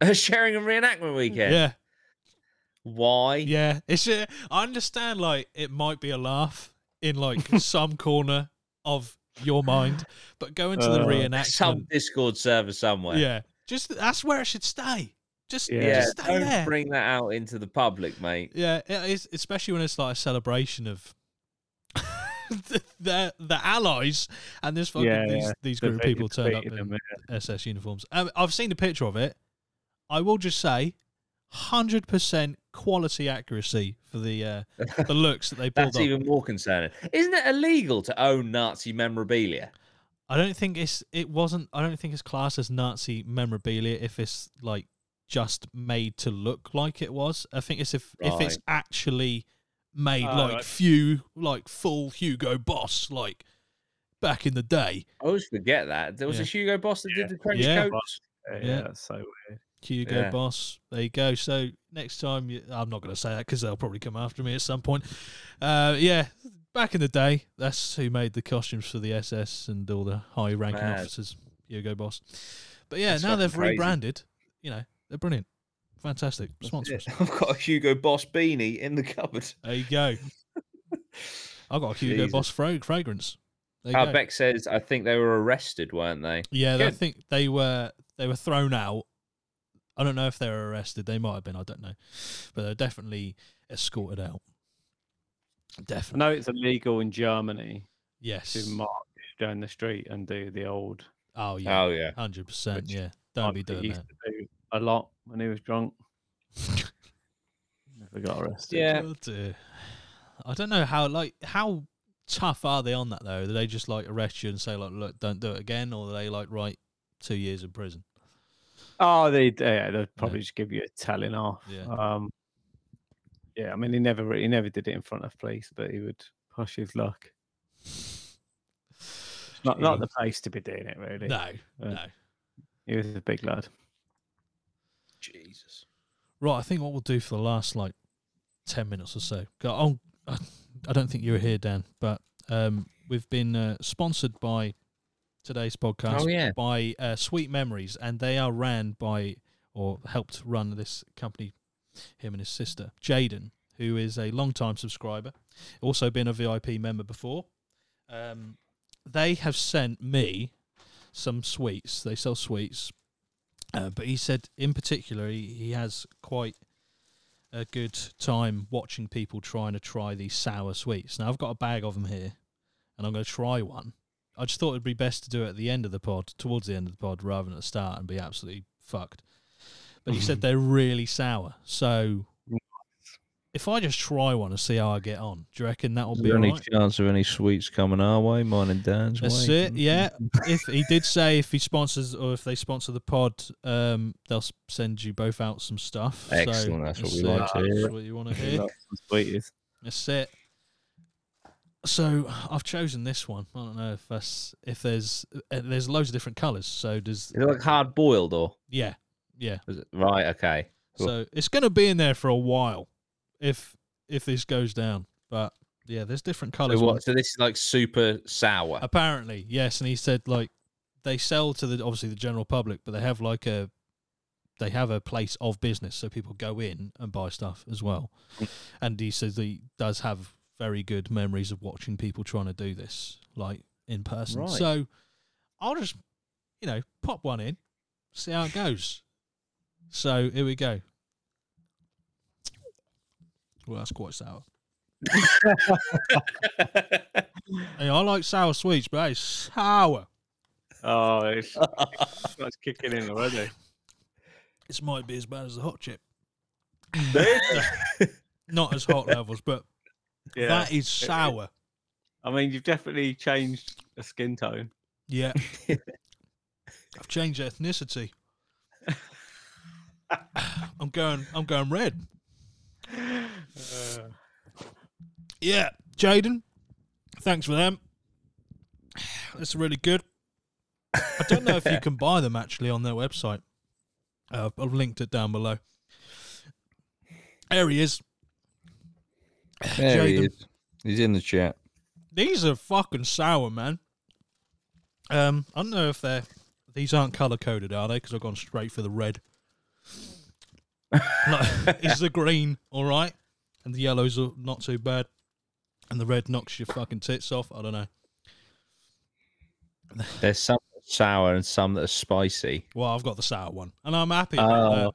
Speaker 2: A Sheringham reenactment weekend.
Speaker 1: Yeah,
Speaker 2: Why?
Speaker 1: yeah. It's. Uh, I understand. Like it might be a laugh in like some corner of your mind, but going to the
Speaker 3: Uh,
Speaker 1: reenactment.
Speaker 2: Some Discord server somewhere.
Speaker 1: yeah, just that's where it should stay. Just,
Speaker 3: Yeah.
Speaker 2: Yeah,
Speaker 1: just stay
Speaker 2: don't
Speaker 1: there.
Speaker 2: bring that out into the public, mate.
Speaker 1: Yeah, it is, especially when it's like a celebration of the, the the allies and this fucking
Speaker 3: Yeah,
Speaker 1: these,
Speaker 3: yeah.
Speaker 1: these
Speaker 3: They've
Speaker 1: group of
Speaker 3: been
Speaker 1: people turned up
Speaker 3: defeated
Speaker 1: in
Speaker 3: them,
Speaker 1: SS uniforms. Um, I've seen a picture of it. I will just say, hundred percent quality accuracy for the uh, the looks that they pulled
Speaker 2: That's
Speaker 1: off.
Speaker 2: even more concerning. Isn't it illegal to own Nazi memorabilia?
Speaker 1: I don't think it's it wasn't. I don't think it's classed as Nazi memorabilia if it's like just made to look like it was. I think it's if if it's
Speaker 2: Right.
Speaker 1: actually made
Speaker 3: Ah,
Speaker 1: like
Speaker 3: right.
Speaker 1: few like full Hugo Boss like back in the day.
Speaker 2: I always forget that. There was
Speaker 1: Yeah.
Speaker 2: a Hugo Boss that
Speaker 3: Yeah.
Speaker 2: did the trench
Speaker 1: Yeah.
Speaker 2: coats.
Speaker 3: Yeah,
Speaker 1: Yeah.
Speaker 3: that's so weird.
Speaker 1: Hugo
Speaker 2: Yeah.
Speaker 1: Boss. There you go. So next time, you, I'm not going to say that because they'll probably come after me at some point. Uh, yeah, back in the day, that's who made the costumes for the SS and all the high ranking
Speaker 2: Mad.
Speaker 1: officers. Hugo Boss. But yeah,
Speaker 2: That's
Speaker 1: now they've
Speaker 2: fucking crazy.
Speaker 1: rebranded. You know, they're brilliant. Fantastic. Sponsor us.
Speaker 2: I've got a Hugo Boss beanie in the cupboard.
Speaker 1: There you go. I've got a Hugo
Speaker 2: Jesus.
Speaker 1: Boss fra- fragrance. There you
Speaker 2: Uh,
Speaker 1: go.
Speaker 2: Beck says, I think they were arrested, weren't they?
Speaker 1: Yeah, I
Speaker 2: Good.
Speaker 1: think they were they were thrown out. I don't know if they were arrested. They might have been. I don't know, but they're definitely escorted out.
Speaker 3: I
Speaker 1: Definitely.
Speaker 3: know it's illegal in Germany to
Speaker 1: Yes.
Speaker 3: march down the street and do the old.
Speaker 1: Oh yeah.
Speaker 2: Oh, yeah.
Speaker 1: Hundred percent.
Speaker 3: Which
Speaker 1: Yeah. Don't
Speaker 3: like
Speaker 1: be
Speaker 3: he
Speaker 1: doing
Speaker 3: used
Speaker 1: that.
Speaker 3: to do a lot when he was drunk. Never got arrested.
Speaker 2: Yeah.
Speaker 1: Oh, God, uh, I don't know how like how tough are they on that though? Do they just like arrest you and say like, look, don't do it again, or are they like, right, two years in prison?
Speaker 3: Oh, they yeah, they'll probably just give you a telling off.
Speaker 1: Yeah.
Speaker 3: Um, yeah, I mean, he never re- he never did it in front of police, but he would push his luck. Not not the place to be doing it, really.
Speaker 1: No,
Speaker 3: Uh,
Speaker 1: no.
Speaker 3: He was a big lad.
Speaker 2: Jesus.
Speaker 1: Right, I think what we'll do for the last like ten minutes or so. go- Oh, I I don't think you were here, Dan, but um, we've been uh, sponsored by today's podcast
Speaker 2: Oh yeah.
Speaker 1: by uh, Sweet Memories, and they are ran by or helped run this company, him and his sister, Jaden, who is a long-time subscriber, also been a VIP member before. Um, they have sent me some sweets. They sell sweets, uh, but he said in particular he, he has quite a good time watching people trying to try these sour sweets. Now I've got a bag of them here, and I'm going to try one. I just thought it'd be best to do it at the end of the pod, towards the end of the pod, rather than at the start and be absolutely fucked. But he
Speaker 2: Mm-hmm.
Speaker 1: said they're really sour, so if I just try one and see how I get on, do you reckon that'll be
Speaker 2: there any
Speaker 1: alright?
Speaker 2: chance of any sweets coming our way? Mine and Dan's
Speaker 1: That's
Speaker 2: way.
Speaker 1: it. Yeah. if he did say if he sponsors or if they sponsor the pod, um, they'll s- send you both out some stuff. So
Speaker 2: Excellent, that's what
Speaker 1: let's
Speaker 2: we like
Speaker 1: see.
Speaker 2: to hear.
Speaker 1: That's what you want to hear.
Speaker 3: Sweeties.
Speaker 1: That's it. So I've chosen this one. I don't know if that's if there's uh, there's loads of different colours. So does
Speaker 2: Is it like hard boiled or
Speaker 1: yeah yeah.
Speaker 2: is it right? Okay. Cool.
Speaker 1: So it's going to be in there for a while if if this goes down. But yeah, there's different
Speaker 2: So
Speaker 1: colours. ones.
Speaker 2: what? So this is like super sour.
Speaker 1: Apparently, yes. And he said like they sell to the obviously the general public, but they have like a they have a place of business, so people go in and buy stuff as well. And he says he does have very good memories of watching people trying to do this like in person.
Speaker 2: Right.
Speaker 1: So I'll just you know pop one in, see how it goes. So here we go. Well, that's quite sour. Hey, I like sour sweets, but that is sour.
Speaker 3: Oh, it's, it's kicking in already.
Speaker 1: This might be as bad as the hot chip. Not as hot levels, but
Speaker 3: Yeah.
Speaker 1: that is sour.
Speaker 3: I mean, you've definitely changed a skin tone.
Speaker 1: Yeah. I've changed ethnicity. I'm going I'm going red. Yeah, Jaden. Thanks for them. That's really good. I don't know if you can buy them actually on their website. Uh, I've linked it down below. There he is.
Speaker 2: There he
Speaker 1: Jaden.
Speaker 2: is. He's in the chat.
Speaker 1: These are fucking sour, man. Um, I don't know if they're these aren't color coded, are they? Because I've gone straight for the red. Like, is the green all right? And the yellows are not too bad, and the red knocks your fucking tits off. I don't know.
Speaker 2: There's some sour and some that are spicy.
Speaker 1: Well, I've got the sour one, and I'm happy. About
Speaker 3: Oh.
Speaker 1: that.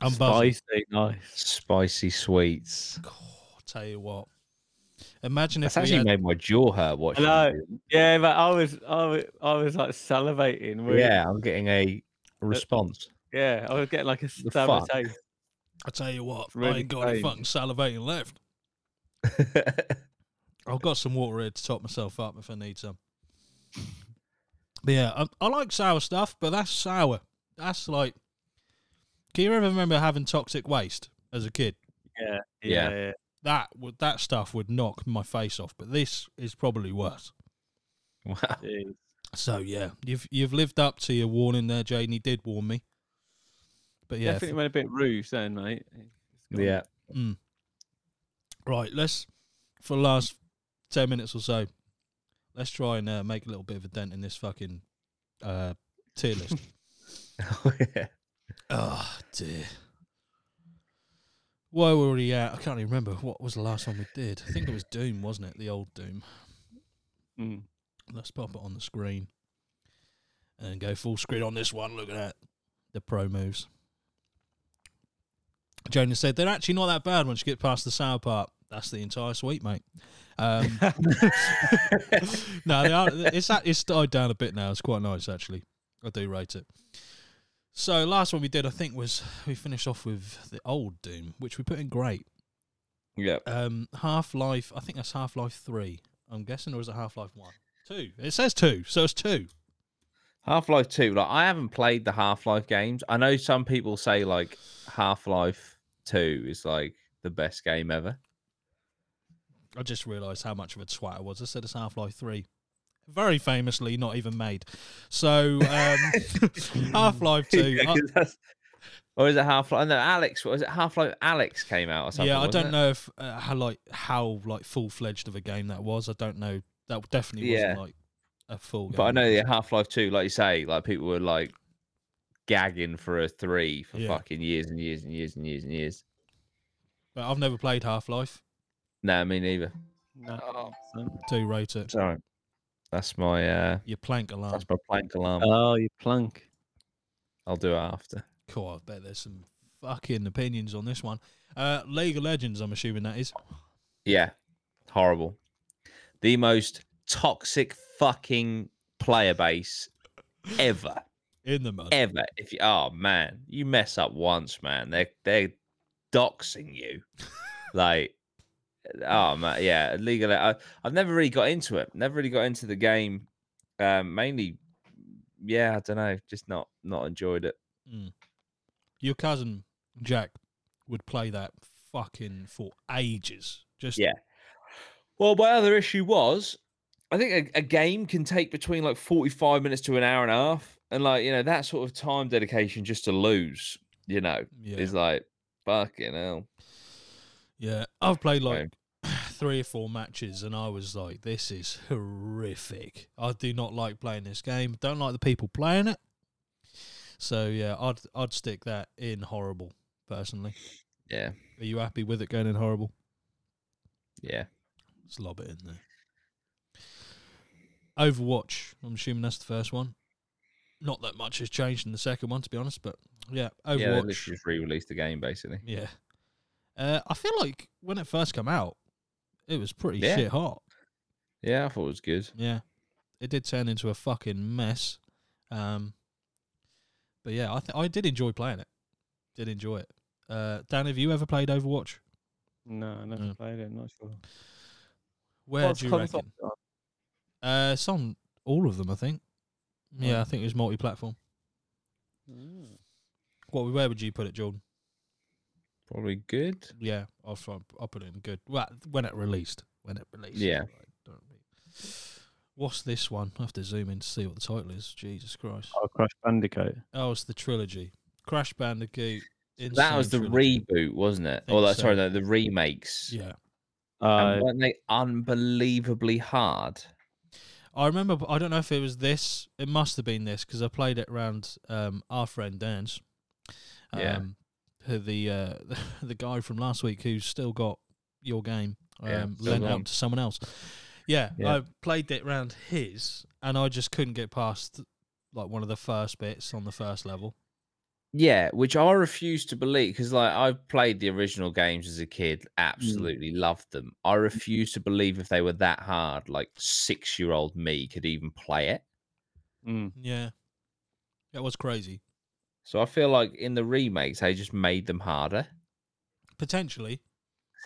Speaker 1: I'm buzzing.
Speaker 3: Spicy, nice.
Speaker 2: Spicy sweets.
Speaker 1: I'll tell you what. Imagine if
Speaker 2: That's
Speaker 1: we
Speaker 2: actually
Speaker 1: had,
Speaker 2: made my jaw hurt watching.
Speaker 3: Hello.
Speaker 2: you do
Speaker 3: Yeah, but I was, I was, I was like salivating.
Speaker 2: it.
Speaker 3: With,
Speaker 2: Yeah, I'm getting a
Speaker 1: Uh,
Speaker 2: response.
Speaker 3: yeah. I was getting like a
Speaker 2: The
Speaker 3: stab of
Speaker 2: fuck?
Speaker 3: taste.
Speaker 1: I tell you what,
Speaker 3: It's really
Speaker 1: I ain't got any fucking
Speaker 3: plain.
Speaker 1: salivating left. I've got some water here to top myself up if I need some. But yeah, I, I like sour stuff, but that's sour. That's like. Can you ever remember having toxic waste as a kid?
Speaker 3: Yeah,
Speaker 2: Yeah.
Speaker 3: yeah, yeah.
Speaker 1: That would that stuff would knock my face off, but this is probably worse.
Speaker 2: wow.
Speaker 3: Jeez.
Speaker 1: So yeah, you've you've lived up to your warning there, Jaden. He did warn me. But yeah,
Speaker 3: Definitely went a bit rude then, mate. It's gone.
Speaker 2: Yeah.
Speaker 1: Right, let's for the last ten minutes or so, let's try and uh, make a little bit of a dent in this fucking uh, tier list. oh dear. Where were we at? I can't even remember what was the last one we did. I think it was Doom, wasn't it? The old Doom.
Speaker 3: Mm.
Speaker 1: Let's pop it on the screen and go full screen on this one. Look at that. The pro moves. Jonas said they're actually not that bad once you get past the sour part. That's the entire sweet, mate. Um, no, they are, it's a- it's died down a bit now. It's quite nice actually. I do rate it. So last one we did, I think, was we finished off with the old Doom, which we put in great.
Speaker 2: Yep.
Speaker 1: Um, Half Life, I think that's Half Life Three, I'm guessing, or is it Half Life One? Two. It says two, so it's two.
Speaker 2: Half Life Two. Like I haven't played the Half Life games. I know some people say like Half Life Two is like the best game ever.
Speaker 1: I just realised how much of a twat I was. I said it's Half Life Three. Very famously, not even made. So, um, Half Life Two.
Speaker 2: Yeah,
Speaker 1: I-
Speaker 2: 'cause that's- or is it Half Life? No, Alex. Was it Half Life? Alex came out or something.
Speaker 1: yeah, I
Speaker 2: wasn't
Speaker 1: don't
Speaker 2: it?
Speaker 1: know if uh, how like how like full fledged of a game that was. I don't know. That definitely wasn't
Speaker 2: Yeah.
Speaker 1: like a full.
Speaker 2: But I
Speaker 1: game.
Speaker 2: know yeah, Half Life Two, like you say, like people were like gagging for a three for
Speaker 1: Yeah.
Speaker 2: fucking years and years and years and years and years.
Speaker 1: But I've never played Half Life.
Speaker 2: No, me neither.
Speaker 3: No,
Speaker 2: Oh,
Speaker 3: so-
Speaker 1: Two rate it.
Speaker 2: sorry. That's my uh
Speaker 1: Your plank alarm.
Speaker 2: that's my plank alarm.
Speaker 3: oh, you plunk.
Speaker 2: I'll do it after.
Speaker 1: Cool. I bet there's some fucking opinions on this one. Uh, League of Legends. I'm assuming that is.
Speaker 2: Yeah. Horrible. The most toxic fucking player base ever.
Speaker 1: In the mud.
Speaker 2: Ever. If you oh man, you mess up once, man. They're they're doxing you. like oh man, yeah. League of Le- I, I've never really got into it. Never really got into the game. Um mainly yeah, I don't know, just not not enjoyed it.
Speaker 1: Your cousin Jack would play that fucking for ages. Just
Speaker 2: Yeah. Well, my other issue was, I think a, a game can take between like forty-five minutes to an hour and a half, and like you know that sort of time dedication just to lose, you know,
Speaker 1: yeah.
Speaker 2: is like fucking hell.
Speaker 1: Yeah, I've played
Speaker 2: Right.
Speaker 1: like three or four matches, and I was like, "This is horrific. I do not like playing this game. Don't like the people playing it." So yeah, I'd I'd stick that in horrible. Personally,
Speaker 2: Yeah,
Speaker 1: are you happy with it going in horrible?
Speaker 2: yeah.
Speaker 1: Let's lob it in there. Overwatch. I'm assuming that's the first one. Not that much has changed in the second one, to be honest. But yeah, Overwatch.
Speaker 2: Yeah, they literally just re-released the game basically.
Speaker 1: Yeah. Uh, I feel like when it first came out, it was pretty
Speaker 2: Yeah.
Speaker 1: shit hot.
Speaker 2: Yeah, I thought it was good.
Speaker 1: Yeah. It did turn into a fucking mess. Um, but yeah, I th- I did enjoy playing it. Did enjoy it. Uh, Dan, have you ever played Overwatch?
Speaker 3: No, I never
Speaker 1: Yeah.
Speaker 3: played it. Not sure.
Speaker 1: Mm. Where do you reckon? Uh, some, all of them, I think. Yeah, I think it was multi-platform. What, where would you put it, Jordan?
Speaker 2: Probably good.
Speaker 1: Yeah, I'll, fi- I'll put it in good. Well, when it released, when it released.
Speaker 2: Yeah.
Speaker 1: I don't re- What's this one? I have to zoom in to see what the title is. Jesus Christ!
Speaker 3: Oh, Crash Bandicoot.
Speaker 1: Oh, it's the trilogy: Crash Bandicoot.
Speaker 2: that was the
Speaker 1: Insane Trilogy.
Speaker 2: reboot, wasn't it?
Speaker 1: Think
Speaker 2: Well, that's
Speaker 1: so.
Speaker 2: sorry, no, the remakes.
Speaker 1: Yeah,
Speaker 3: Uh,
Speaker 2: And weren't they unbelievably hard?
Speaker 1: I remember. but I don't know if it was this. It must have been this because I played it round um, our friend Dan's. Um,
Speaker 2: Yeah.
Speaker 1: who The uh, the guy from last week who's still got your game um,
Speaker 2: Yeah, still
Speaker 1: lent
Speaker 2: got
Speaker 1: out
Speaker 2: 'em.
Speaker 1: to someone else. Yeah,
Speaker 2: Yeah.
Speaker 1: I played it round his, and I just couldn't get past like one of the first bits on the first level.
Speaker 2: Yeah, which I refuse to believe because like I've played the original games as a
Speaker 1: Mm.
Speaker 2: kid, absolutely loved them. I refuse to believe if they were that hard, like six year old me could even play it.
Speaker 3: mm,
Speaker 1: Yeah, that was crazy.
Speaker 2: So I feel like in the remakes they just made them harder.
Speaker 1: Potentially,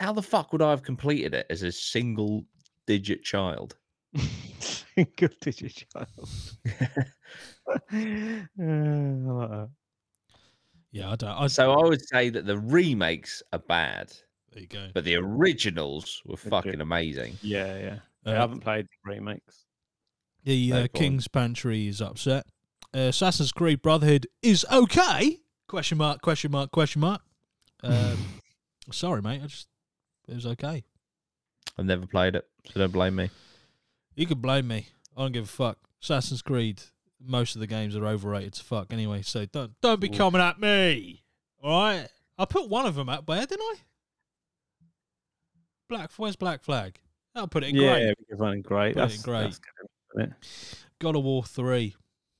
Speaker 2: How the fuck would I have completed it as a single digit child?
Speaker 3: Single digit child. Uh,
Speaker 1: yeah, I don't. I,
Speaker 2: So I would say that the remakes are bad,
Speaker 1: there you go.
Speaker 2: but the originals were
Speaker 3: Okay.
Speaker 2: fucking amazing.
Speaker 3: yeah, yeah. I
Speaker 1: Uh,
Speaker 3: haven't played the remakes.
Speaker 1: The
Speaker 2: No
Speaker 1: uh,
Speaker 2: problem.
Speaker 1: King's Pantry is upset. Uh, Assassin's Creed Brotherhood is okay? Question mark? Question mark? Question mark? Um, sorry, mate. I just it was okay.
Speaker 2: I've never played it, so don't blame me.
Speaker 1: You can blame me. I don't give a fuck. Assassin's Creed. Most of the games are overrated to fuck anyway. So don't don't be
Speaker 3: Oof.
Speaker 1: coming at me. All right. I put one of them at where didn't I? Black. Where's Black Flag? I'll put it in
Speaker 3: yeah,
Speaker 1: grey.
Speaker 3: yeah, because running great.
Speaker 1: Put it in
Speaker 3: That's,
Speaker 1: great.
Speaker 3: that's good, isn't it?
Speaker 1: God of War Three.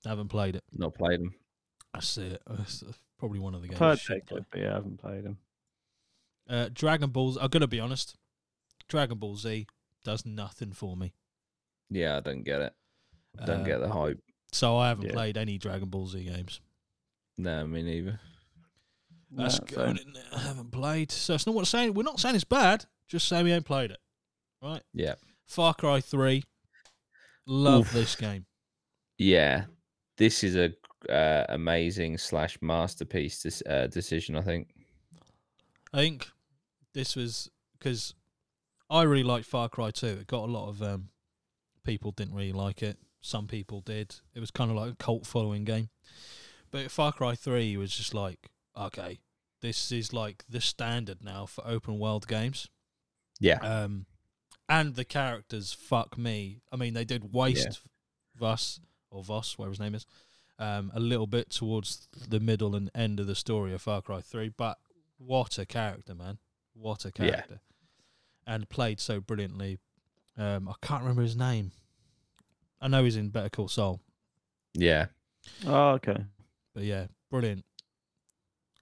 Speaker 1: haven't played it.
Speaker 2: Not played them.
Speaker 1: I see it. It's probably one of the games.
Speaker 3: I've
Speaker 1: I
Speaker 3: heard
Speaker 1: should
Speaker 3: they're
Speaker 1: play.
Speaker 3: good, but yeah, I haven't played them.
Speaker 1: Uh, Dragon Balls. I'm gonna be honest. Dragon Ball Z does nothing for me.
Speaker 2: Yeah, I don't get it. Don't
Speaker 1: Uh,
Speaker 2: get the hype.
Speaker 1: So I haven't
Speaker 3: Yeah.
Speaker 1: played any Dragon Ball Z games.
Speaker 2: No, me neither.
Speaker 1: That's
Speaker 3: No, fair
Speaker 1: good. isn't it? I haven't played. So it's not what I'm saying. We're not saying it's bad. Just saying we ain't played it. Right.
Speaker 2: Yeah.
Speaker 1: Far Cry Three. Love this game.
Speaker 2: Yeah, this is a uh, amazing slash masterpiece this, uh, decision. I think.
Speaker 1: I think this was because I really liked Far Cry Two. It got a lot of um, people didn't really like it. Some people did. It was kind of like a cult following game. But Far Cry Three was just like, okay, this is like the standard now for open world games.
Speaker 2: Yeah,
Speaker 1: Um, and the characters, fuck me. I mean, they did waste Voss or Voss, whatever his name is, um, a little bit towards the middle and end of the story of Far Cry Three. But what a character, man! What a
Speaker 2: Yeah.
Speaker 1: character, and played so brilliantly. Um, I can't remember his name. I know he's in Better Call Saul,
Speaker 2: yeah.
Speaker 3: Oh, okay.
Speaker 1: but yeah, brilliant.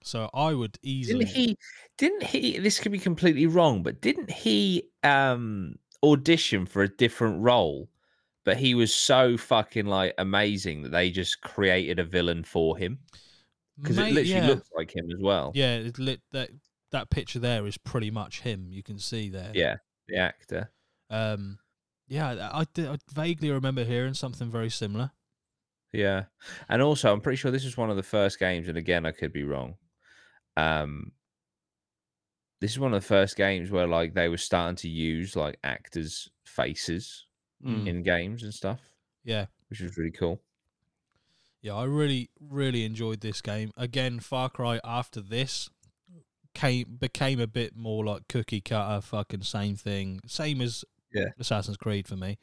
Speaker 1: So I would easily.
Speaker 2: Didn't he? Didn't he? This could be completely wrong, but didn't he um audition for a different role? But he was so fucking like amazing that they just created a villain for him because it
Speaker 1: Mate,
Speaker 2: literally
Speaker 1: yeah.
Speaker 2: looks like him as well.
Speaker 1: Yeah, it lit, that that picture there is pretty much him. You can see there.
Speaker 2: yeah, the actor.
Speaker 1: Um, yeah, I, I di- I vaguely remember hearing something very similar.
Speaker 2: Yeah. And also, I'm pretty sure this is one of the first games, and again, I could be wrong. Um, this is one of the first games where like they were starting to use like actors' faces
Speaker 1: Mm.
Speaker 2: in games and stuff,
Speaker 1: Yeah,
Speaker 2: which was really cool.
Speaker 1: yeah, I really, really enjoyed this game. Again, Far Cry after this came became a bit more like cookie cutter, fucking same thing, same as
Speaker 2: Yeah.
Speaker 1: Assassin's Creed for me.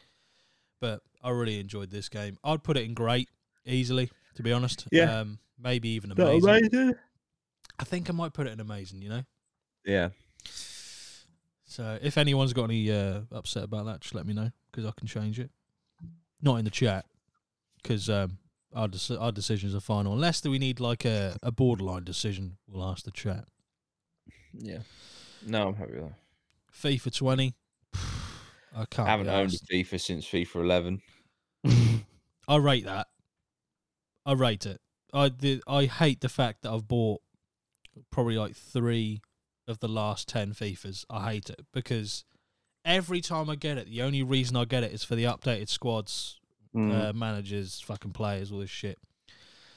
Speaker 1: But I really enjoyed this game. I'd put it in great easily, to be honest.
Speaker 3: Yeah.
Speaker 1: um, maybe even
Speaker 3: That
Speaker 1: amazing.
Speaker 3: amazing?
Speaker 1: I think I might put it in amazing. You know.
Speaker 2: Yeah.
Speaker 1: So if anyone's got any uh, upset about that, just let me know because I can change it. Not in the chat because um, our deci- our decisions are final. Unless that we need like a, a borderline decision, we'll ask the chat.
Speaker 2: Yeah. No, I'm happy with that.
Speaker 1: FIFA 20. I can't.
Speaker 2: I haven't
Speaker 1: be
Speaker 2: owned
Speaker 1: arsed.
Speaker 2: a FIFA since FIFA 11.
Speaker 1: I rate that. I rate it. I the, I hate the fact that I've bought probably like three of the last ten Fifas. I hate it because every time I get it, the only reason I get it is for the updated squads,
Speaker 3: Mm.
Speaker 1: uh, managers, fucking players, all this shit.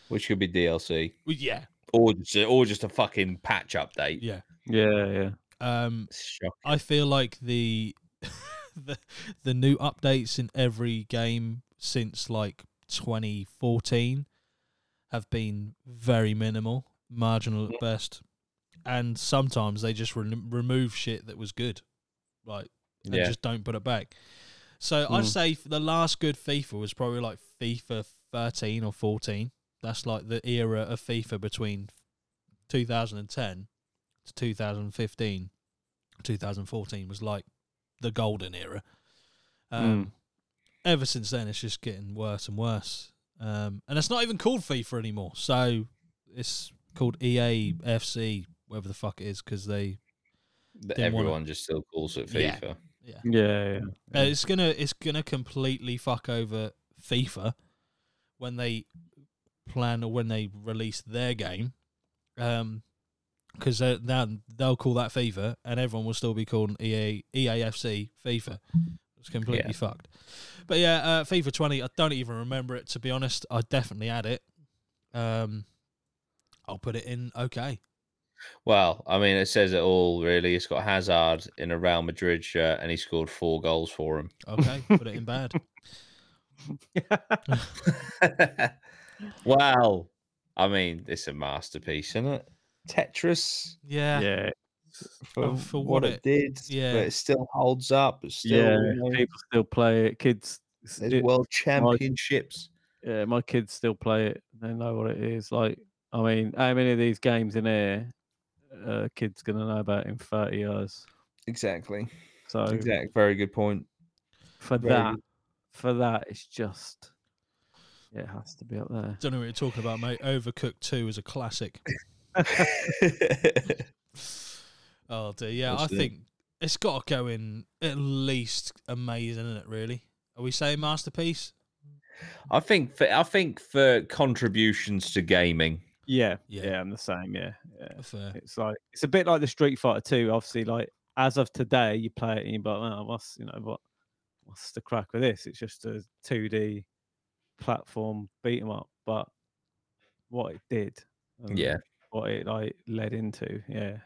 Speaker 2: Which could be DLC
Speaker 1: Well, yeah,
Speaker 2: or just a, or just a fucking patch update.
Speaker 1: yeah.
Speaker 3: yeah, yeah.
Speaker 1: Um,
Speaker 2: It's shocking.
Speaker 1: I feel like the the the new updates in every game since like 2014 have been very minimal, marginal at best, and sometimes they just re- remove shit that was good, like and
Speaker 2: Yeah.
Speaker 1: just don't put it back. So I'd
Speaker 3: Mm.
Speaker 1: say f- the last good FIFA was probably like FIFA 13 or 14. That's like the era of FIFA between 2010 to 2015. 2014 was like the golden era. Um, Ever since then, it's just getting worse and worse. Um, and it's not even called FIFA anymore. So it's called E EA FC, whatever the fuck it is, because they.
Speaker 2: That
Speaker 1: didn't wanna-
Speaker 2: Everyone just still calls it
Speaker 1: Yeah.
Speaker 2: FIFA.
Speaker 1: Yeah.
Speaker 3: Yeah, yeah.
Speaker 1: Uh, it's gonna it's gonna completely fuck over FIFA when they plan or when they release their game, um, because now they'll call that FIFA and everyone will still be calling E EA EAFC FIFA. It's completely
Speaker 2: Yeah.
Speaker 1: fucked. But yeah, uh, FIFA 20. I don't even remember it to be honest. I definitely had it. Um, I'll put it in. Okay.
Speaker 2: Well, I mean, it says it all, really. It's got Hazard in a Real Madrid shirt, and he scored four goals for him.
Speaker 1: Okay. put it in bad.
Speaker 2: well, I mean, it's a masterpiece, isn't it? Tetris,
Speaker 1: Yeah.
Speaker 3: yeah.
Speaker 1: Well, for what it-
Speaker 2: did,
Speaker 1: yeah.
Speaker 2: but it still holds up. It's still,
Speaker 3: yeah,
Speaker 2: you know,
Speaker 3: people still play it. Kids, s-
Speaker 2: there's
Speaker 3: it-
Speaker 2: world championships.
Speaker 3: yeah, my kids still play it. They know what it is. Like, I mean, how many of these games in here uh, kids gonna know about in thirty years?
Speaker 2: Exactly.
Speaker 3: So
Speaker 2: Exact. Very good point.
Speaker 3: for
Speaker 2: Very
Speaker 3: that, for that, it's just it has to be up there.
Speaker 1: Don't know what you're talking about, mate. Overcooked 2 is a classic. Oh dear, yeah. I
Speaker 2: That's it.
Speaker 1: think it's got to go in at least amazing, isn't it? Really? Are we saying masterpiece?
Speaker 2: I think. For, I think for contributions to gaming.
Speaker 3: Yeah,
Speaker 1: Yeah.
Speaker 3: yeah, I'm the same. Yeah, yeah.
Speaker 1: Fair.
Speaker 3: It's like it's a bit like the Street Fighter 2, obviously. Like as of today, you play it and you're like, oh, what's you know what what's the crack with this? It's just a 2D platform beat 'em up. But what it did, and
Speaker 2: Yeah.
Speaker 3: what it like led into, yeah,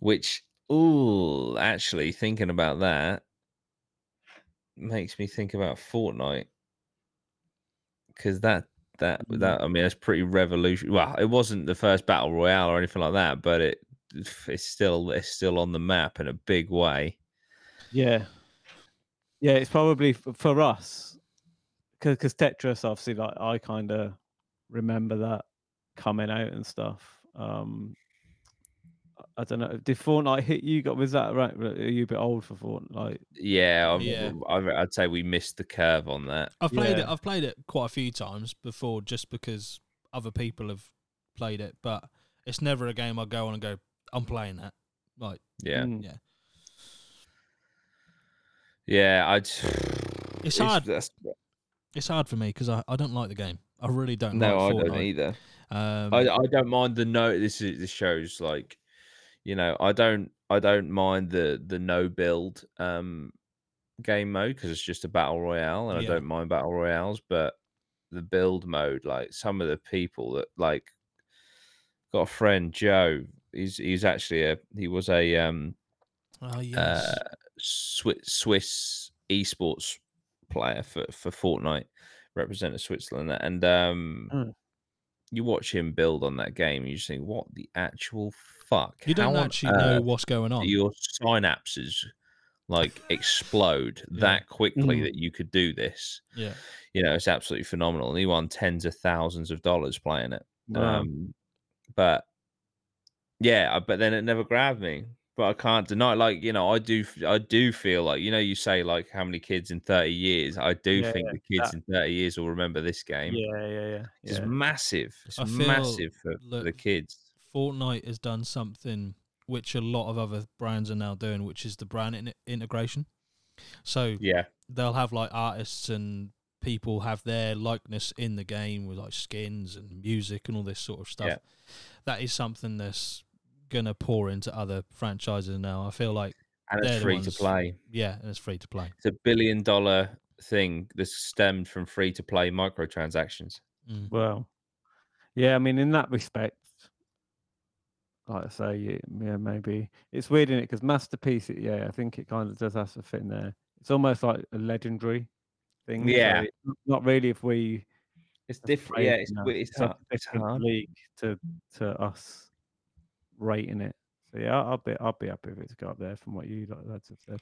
Speaker 2: Which, ooh, actually, thinking about that makes me think about Fortnite because that that
Speaker 3: Mm.
Speaker 2: that I mean, that's pretty revolution. Well, it wasn't the first battle royale or anything like that, but it it's still it's still on the map in a big way.
Speaker 3: yeah, yeah. It's probably f- for us because Tetris, obviously, like I kind of remember that coming out and stuff. Um, I- I don't know. Did Fortnite hit you? Got was that right? Are you a bit old for Fortnite? Like,
Speaker 2: Yeah, I've,
Speaker 1: Yeah.
Speaker 2: I've, I'd say we missed the curve on that.
Speaker 1: I've played it.
Speaker 3: Yeah.
Speaker 1: I've played it quite a few times before, just because other people have played it. But it's never a game I go on and go, "I'm playing that." Like,
Speaker 2: Yeah,
Speaker 3: mm,
Speaker 1: yeah,
Speaker 2: yeah. I'd.
Speaker 1: It's hard.
Speaker 2: that's-
Speaker 1: it's hard for me because I, I don't like the game. I really don't.
Speaker 2: No, I
Speaker 1: like
Speaker 2: don't
Speaker 1: Fortnite.
Speaker 2: either.
Speaker 1: Um,
Speaker 2: I, I don't mind the no. This is this shows like, you know, I don't I don't mind the the no build um game mode because it's just a battle royale, and
Speaker 1: Yeah.
Speaker 2: I don't mind battle royales. But the build mode, like some of the people that like, got a friend Joe. He's he's actually a he was a um
Speaker 1: oh yes.
Speaker 2: uh, Swi- Swiss esports player for for Fortnite, represented Switzerland, and um,
Speaker 1: Hmm.
Speaker 3: Mm.
Speaker 2: you watch him build on that game, and you just think, what the actual fuck?
Speaker 1: you don't
Speaker 2: How on uh,
Speaker 1: actually know
Speaker 2: earth
Speaker 1: what's going
Speaker 2: do
Speaker 1: on.
Speaker 2: your synapses like explode
Speaker 1: Yeah. Mm-hmm.
Speaker 2: that quickly
Speaker 3: Mm.
Speaker 2: that you could do this.
Speaker 1: yeah,
Speaker 2: You know, it's absolutely phenomenal, and he won tens of thousands of dollars playing it.
Speaker 3: wow.
Speaker 2: Um, but yeah, I- but then it never grabbed me. But I can't deny, like you know, I do, f- I do feel like you know, you say like how many kids in thirty years. I do
Speaker 3: Yeah,
Speaker 2: think the kids
Speaker 3: that-
Speaker 2: in thirty years will remember this game.
Speaker 3: yeah, yeah, yeah.
Speaker 2: It's
Speaker 3: yeah.
Speaker 2: massive. It's
Speaker 1: I feel-
Speaker 2: massive for, for the
Speaker 1: look,
Speaker 2: kids.
Speaker 1: Fortnite has done something which a lot of other brands are now doing, which is the brand in- integration. So
Speaker 2: Yeah,
Speaker 1: they'll have like artists and people have their likeness in the game with like skins and music and all this sort of stuff.
Speaker 2: Yeah.
Speaker 1: That is something that's gonna pour into other franchises now. I feel like
Speaker 2: and
Speaker 1: they're
Speaker 2: it's
Speaker 1: the
Speaker 2: free to
Speaker 1: ones-
Speaker 2: play.
Speaker 1: yeah, and it's free to play.
Speaker 2: It's a billion dollar thing that stemmed from free to play microtransactions.
Speaker 1: Mm.
Speaker 3: Well, yeah, I mean, in that respect, like I say, y- yeah, maybe it's weird in it because masterpiece. it- Yeah, I think it kind of does have to fit in there. It's almost like a legendary thing. so
Speaker 2: Yeah.
Speaker 3: it's n- not really if we.
Speaker 2: It's
Speaker 3: have
Speaker 2: different.
Speaker 3: played
Speaker 2: Yeah, it's
Speaker 3: enough.
Speaker 2: wi- it's,
Speaker 3: such
Speaker 2: hard-
Speaker 3: a
Speaker 2: it's
Speaker 3: different
Speaker 2: hard.
Speaker 3: league to to us rating it. So yeah, I'll be I'll be happy if it's got up there from what you like lads have said.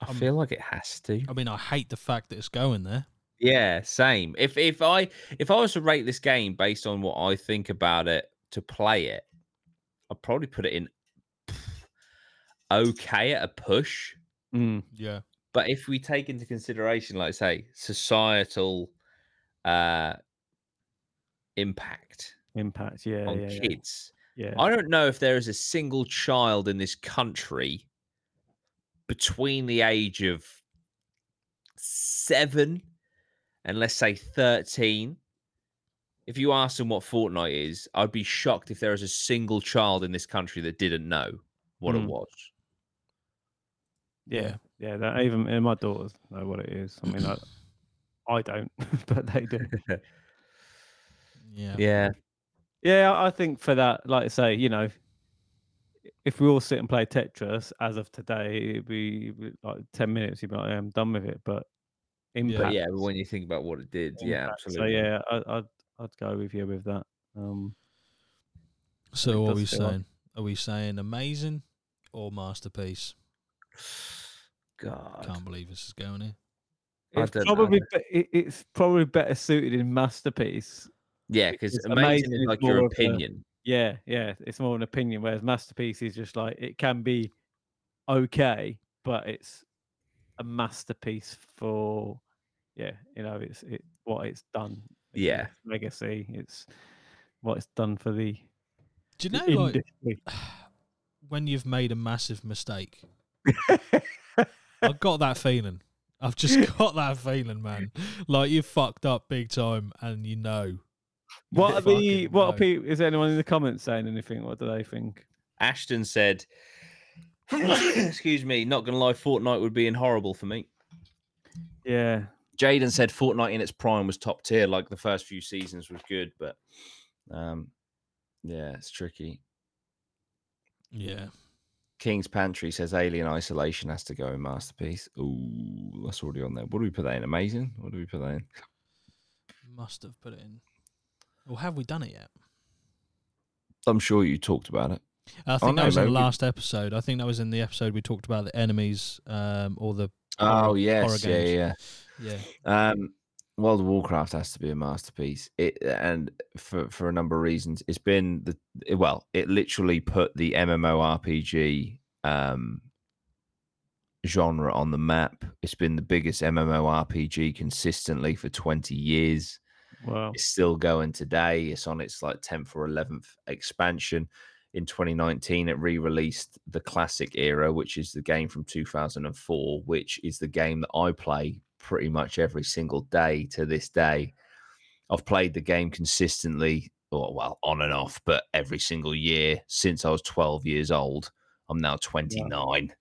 Speaker 2: I
Speaker 1: I'm-
Speaker 2: feel like it has to.
Speaker 1: I mean, I hate the fact that it's going there.
Speaker 2: Yeah, same. If if I if I was to rate this game based on what I think about it to play it, I'd probably put it in okay at a push.
Speaker 3: Mm.
Speaker 1: Yeah.
Speaker 2: But if we take into consideration, like say, societal uh impact
Speaker 3: Impact, yeah,
Speaker 2: on
Speaker 3: yeah, yeah,
Speaker 2: kids,
Speaker 3: yeah.
Speaker 2: I don't know if there is a single child in this country between the age of seven and let's say 13. If you asked them what Fortnite is, I'd be shocked if there is a single child in this country that didn't know what
Speaker 3: Mm.
Speaker 2: it was.
Speaker 3: Yeah,
Speaker 1: Yeah.
Speaker 3: yeah. That even and my daughters know what it is. I mean, I, I don't, but they do.
Speaker 1: Yeah.
Speaker 2: Yeah.
Speaker 3: Yeah, I I think for that, like I say, you know, if we all sit and play Tetris as of today, it'd be it'd be like ten minutes. You'd be like, yeah, I'm done with it. But impact,
Speaker 2: But yeah, when you think about what it did, yeah,
Speaker 3: impact.
Speaker 2: absolutely.
Speaker 3: So yeah, I, I'd I'd go with you with that. Um,
Speaker 1: So
Speaker 3: It
Speaker 1: what are
Speaker 3: does
Speaker 1: we
Speaker 3: feel like-
Speaker 1: saying? Are we saying amazing or masterpiece?
Speaker 2: God.
Speaker 1: Can't believe this is going here.
Speaker 2: I
Speaker 3: it's
Speaker 2: don't know.
Speaker 3: probably be, it- it's probably better suited in masterpiece.
Speaker 2: Yeah, because
Speaker 3: It's
Speaker 2: amazing
Speaker 3: amazing
Speaker 2: is
Speaker 3: it's
Speaker 2: like
Speaker 3: more
Speaker 2: your
Speaker 3: of a-
Speaker 2: opinion.
Speaker 3: Yeah, yeah, it's more an opinion. Whereas masterpiece is just like it can be okay, but it's a masterpiece for yeah, you know, it's it what it's done. it's
Speaker 2: Yeah.
Speaker 3: its legacy. It's what it's done for the,
Speaker 1: Do you
Speaker 3: the
Speaker 1: know like
Speaker 3: industry.
Speaker 1: when you've made a massive mistake. I've got that feeling. I've just got that feeling, man. Like you fucked up big time, and you know. You
Speaker 3: What are the
Speaker 1: fucking
Speaker 3: what are
Speaker 1: know.
Speaker 3: people? Is anyone in the comments saying anything? What do they think?
Speaker 2: Ashton said, "Excuse me, not gonna lie, Fortnite would be in horrible for me."
Speaker 3: Yeah.
Speaker 2: Jaden said Fortnite in its prime was top tier. Like the first few seasons was good, but um, yeah, it's tricky.
Speaker 1: Yeah.
Speaker 2: King's Pantry says Alien Isolation has to go in masterpiece. Ooh, that's already on there. What do we put that in? Amazing. What do we put that in?
Speaker 1: Must have put it in. Or have we done it yet?
Speaker 2: I'm sure you talked about it.
Speaker 1: I think that
Speaker 2: Oh, no,
Speaker 1: was in
Speaker 2: mate,
Speaker 1: the
Speaker 2: we-
Speaker 1: last episode. I think that was in the episode we talked about the enemies um, or the
Speaker 2: Oh
Speaker 1: horror-
Speaker 2: yes,
Speaker 1: horror
Speaker 2: yeah,
Speaker 1: games.
Speaker 2: yeah.
Speaker 1: yeah.
Speaker 2: Um, World of Warcraft has to be a masterpiece. It and for for a number of reasons, it's been the it- well, it literally put the MMORPG um genre on the map. It's been the biggest MMORPG consistently for 20 years.
Speaker 3: Wow.
Speaker 2: It's still going today. It's on its like 10th or 11th expansion. In 2019, it re released the classic era, which is the game from 2004, which is the game that I play pretty much every single day to this day. I've played the game consistently, or well, on and off, but every single year since I was 12 years old. I'm now 29.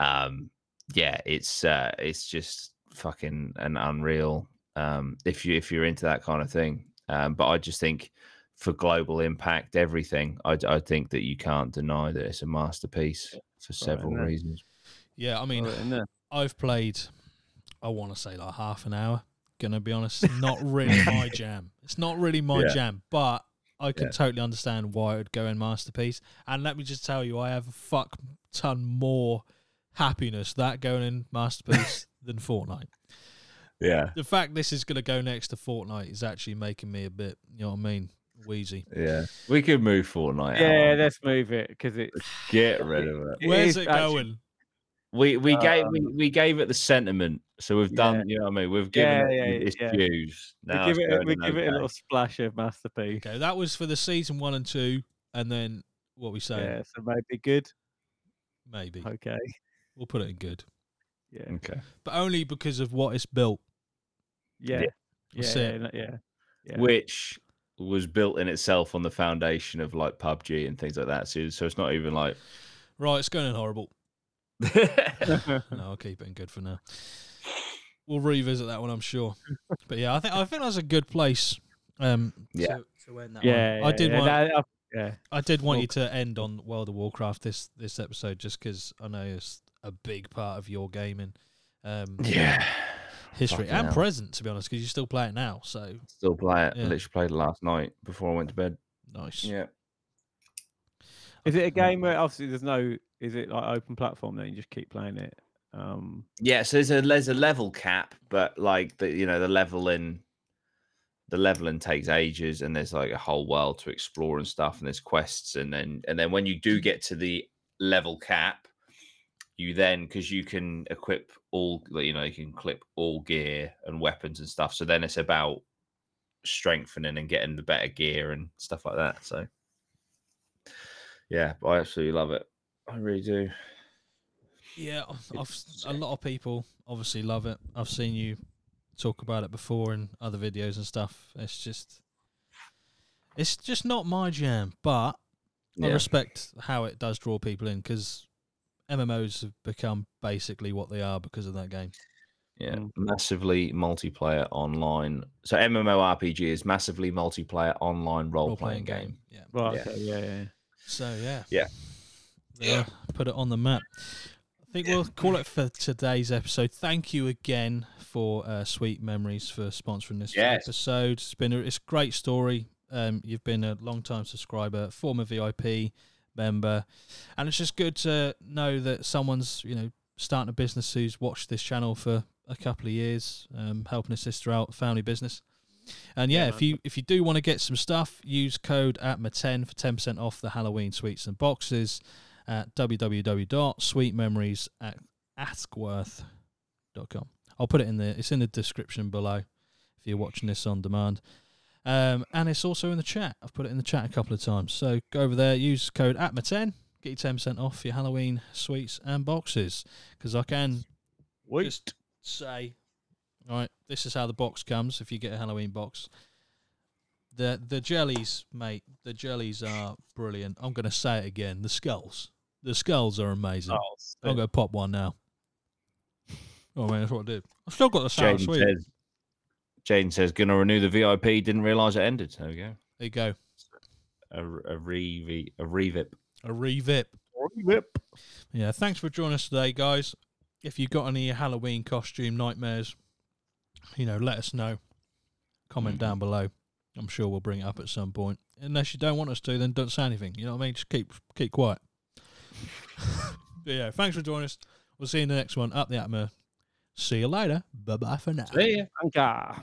Speaker 2: Um, yeah, it's uh, it's just fucking an unreal um, if you if you're into that kind of thing. Um, but I just think for global impact, everything, I, I think that you can't deny that it's a masterpiece for several
Speaker 3: no.
Speaker 2: reasons.
Speaker 1: Yeah, I mean,
Speaker 2: Oh,
Speaker 3: Throw it in there.
Speaker 1: I've played, I want to say like half an hour. Gonna be honest, not really my jam. It's not really my
Speaker 2: Yeah.
Speaker 1: jam, but I can
Speaker 2: Yeah.
Speaker 1: totally understand why it would go in masterpiece. And let me just tell you, I have a fuck ton more happiness that going in masterpiece than Fortnite.
Speaker 2: Yeah,
Speaker 1: The fact this is gonna go next to Fortnite is actually making me a bit, you know what I mean, wheezy.
Speaker 2: yeah. We could move Fortnite.
Speaker 3: Yeah,
Speaker 2: Alan.
Speaker 3: let's move it because it.
Speaker 2: get rid of it.
Speaker 3: It
Speaker 1: Where's
Speaker 3: is
Speaker 1: it
Speaker 3: actually-
Speaker 1: going?
Speaker 2: We we gave
Speaker 3: Um,
Speaker 2: we, we gave it the sentiment, so we've done.
Speaker 3: yeah.
Speaker 2: You know what I mean? We've given
Speaker 3: Yeah,
Speaker 2: it
Speaker 3: yeah,
Speaker 2: its
Speaker 3: yeah.
Speaker 2: dues.
Speaker 3: We
Speaker 2: Now
Speaker 3: give
Speaker 2: it's
Speaker 3: it. a-
Speaker 2: going
Speaker 3: We
Speaker 2: in
Speaker 3: give it a
Speaker 2: okay.
Speaker 3: little splash of masterpiece.
Speaker 1: Okay, that was for the season one and two, and then what we say,
Speaker 3: Yeah, so maybe good.
Speaker 1: maybe
Speaker 3: Okay.
Speaker 1: we'll put it in good,
Speaker 3: Yeah.
Speaker 2: Okay.
Speaker 1: but only because of what it's built.
Speaker 3: Yeah. Yeah.
Speaker 1: That's
Speaker 3: Yeah.
Speaker 1: it.
Speaker 3: no- yeah. Yeah.
Speaker 2: which was built in itself on the foundation of like PUBG and things like that. So, so it's not even like
Speaker 1: Right, it's going in horrible.
Speaker 2: yeah,
Speaker 1: No, I'll keep it in good for now. We'll revisit that one, I'm sure. But yeah, I think I think that's a good place. Um,
Speaker 2: Yeah.
Speaker 1: To, to end that
Speaker 3: yeah,
Speaker 1: one. I did
Speaker 3: yeah,
Speaker 1: want
Speaker 3: that- uh, yeah.
Speaker 1: I did want you
Speaker 3: Look.
Speaker 1: to end on World of Warcraft this this episode just because I know it's a big part of your gaming um, history
Speaker 2: Fucking
Speaker 1: and
Speaker 2: hell.
Speaker 1: present, to be honest, because you still play it now. So
Speaker 2: Still play it.
Speaker 1: Yeah.
Speaker 2: I literally played it last night before I went to bed.
Speaker 1: nice.
Speaker 2: Yeah,
Speaker 3: Is it a game where obviously there's no? Is it like open platform? Then you just keep playing it. Um.
Speaker 2: yeah. So there's a there's a level cap, but like the you know the leveling, the leveling takes ages, and there's like a whole world to explore and stuff, and there's quests, and then and then when you do get to the level cap, you then because you can equip all like, you know you can clip all gear and weapons and stuff. So then it's about strengthening and getting the better gear and stuff like that. So yeah, I absolutely love it. I really do.
Speaker 1: Yeah, I've- I've, s- a
Speaker 2: sick.
Speaker 1: lot of people obviously love it. I've seen you talk about it before in other videos and stuff. It's just, it's just not my jam. But I
Speaker 2: Yeah.
Speaker 1: respect how it does draw people in because MMOs have become basically what they are because of that game.
Speaker 2: Yeah,
Speaker 3: Mm.
Speaker 2: massively multiplayer online. So MMORPG is massively multiplayer online role playing game.
Speaker 1: Yeah.
Speaker 3: Right.
Speaker 2: Yeah.
Speaker 3: Yeah. Okay, yeah. Yeah.
Speaker 1: So yeah.
Speaker 2: Yeah.
Speaker 1: There, Put it on the map. I think we'll call it for today's episode. Thank you again for uh, Sweet Memories for sponsoring this
Speaker 2: Yes.
Speaker 1: episode. It's been a, it's a great story. Um, you've been a long time subscriber, former VIP member, and it's just good to know that someone's you know starting a business who's watched this channel for a couple of years, um, helping his sister out, family business. And yeah,
Speaker 3: Yeah,
Speaker 1: if you if you do want to get some stuff, use code ATMA10 for 10% off the Halloween sweets and boxes at www.sweetmemories at askworth.com. I'll put it in the it's in the description below if you're watching this on demand. Um, and it's also in the chat. I've put it in the chat a couple of times. So go over there, use code ATMA10, get your 10% off your Halloween sweets and boxes. Because I can
Speaker 3: Wait.
Speaker 1: just say, all right, this is how the box comes if you get a Halloween box. The the jellies, mate, the jellies are brilliant. I'm going to say it again. The skulls. The skulls are amazing.
Speaker 2: Oh,
Speaker 1: I'm going to pop one now. Oh man, that's what I did. I've still got the sour
Speaker 2: Jaden
Speaker 1: sweet.
Speaker 2: says, Jaden says, gonna renew the VIP. Didn't realize it ended. There we go.
Speaker 1: There you go.
Speaker 2: A, a re a revip.
Speaker 1: A revip.
Speaker 3: Whip.
Speaker 1: Yeah, thanks for joining us today, guys. If you've got any Halloween costume nightmares, you know, let us know. Comment down below. I'm sure we'll bring it up at some point. Unless you don't want us to, then don't say anything. You know what I mean? Just keep keep quiet. But yeah, thanks for joining us. We'll see you in the next one. Up the Atma. See you later. Bye bye for now.
Speaker 2: See ya.
Speaker 3: Anchor.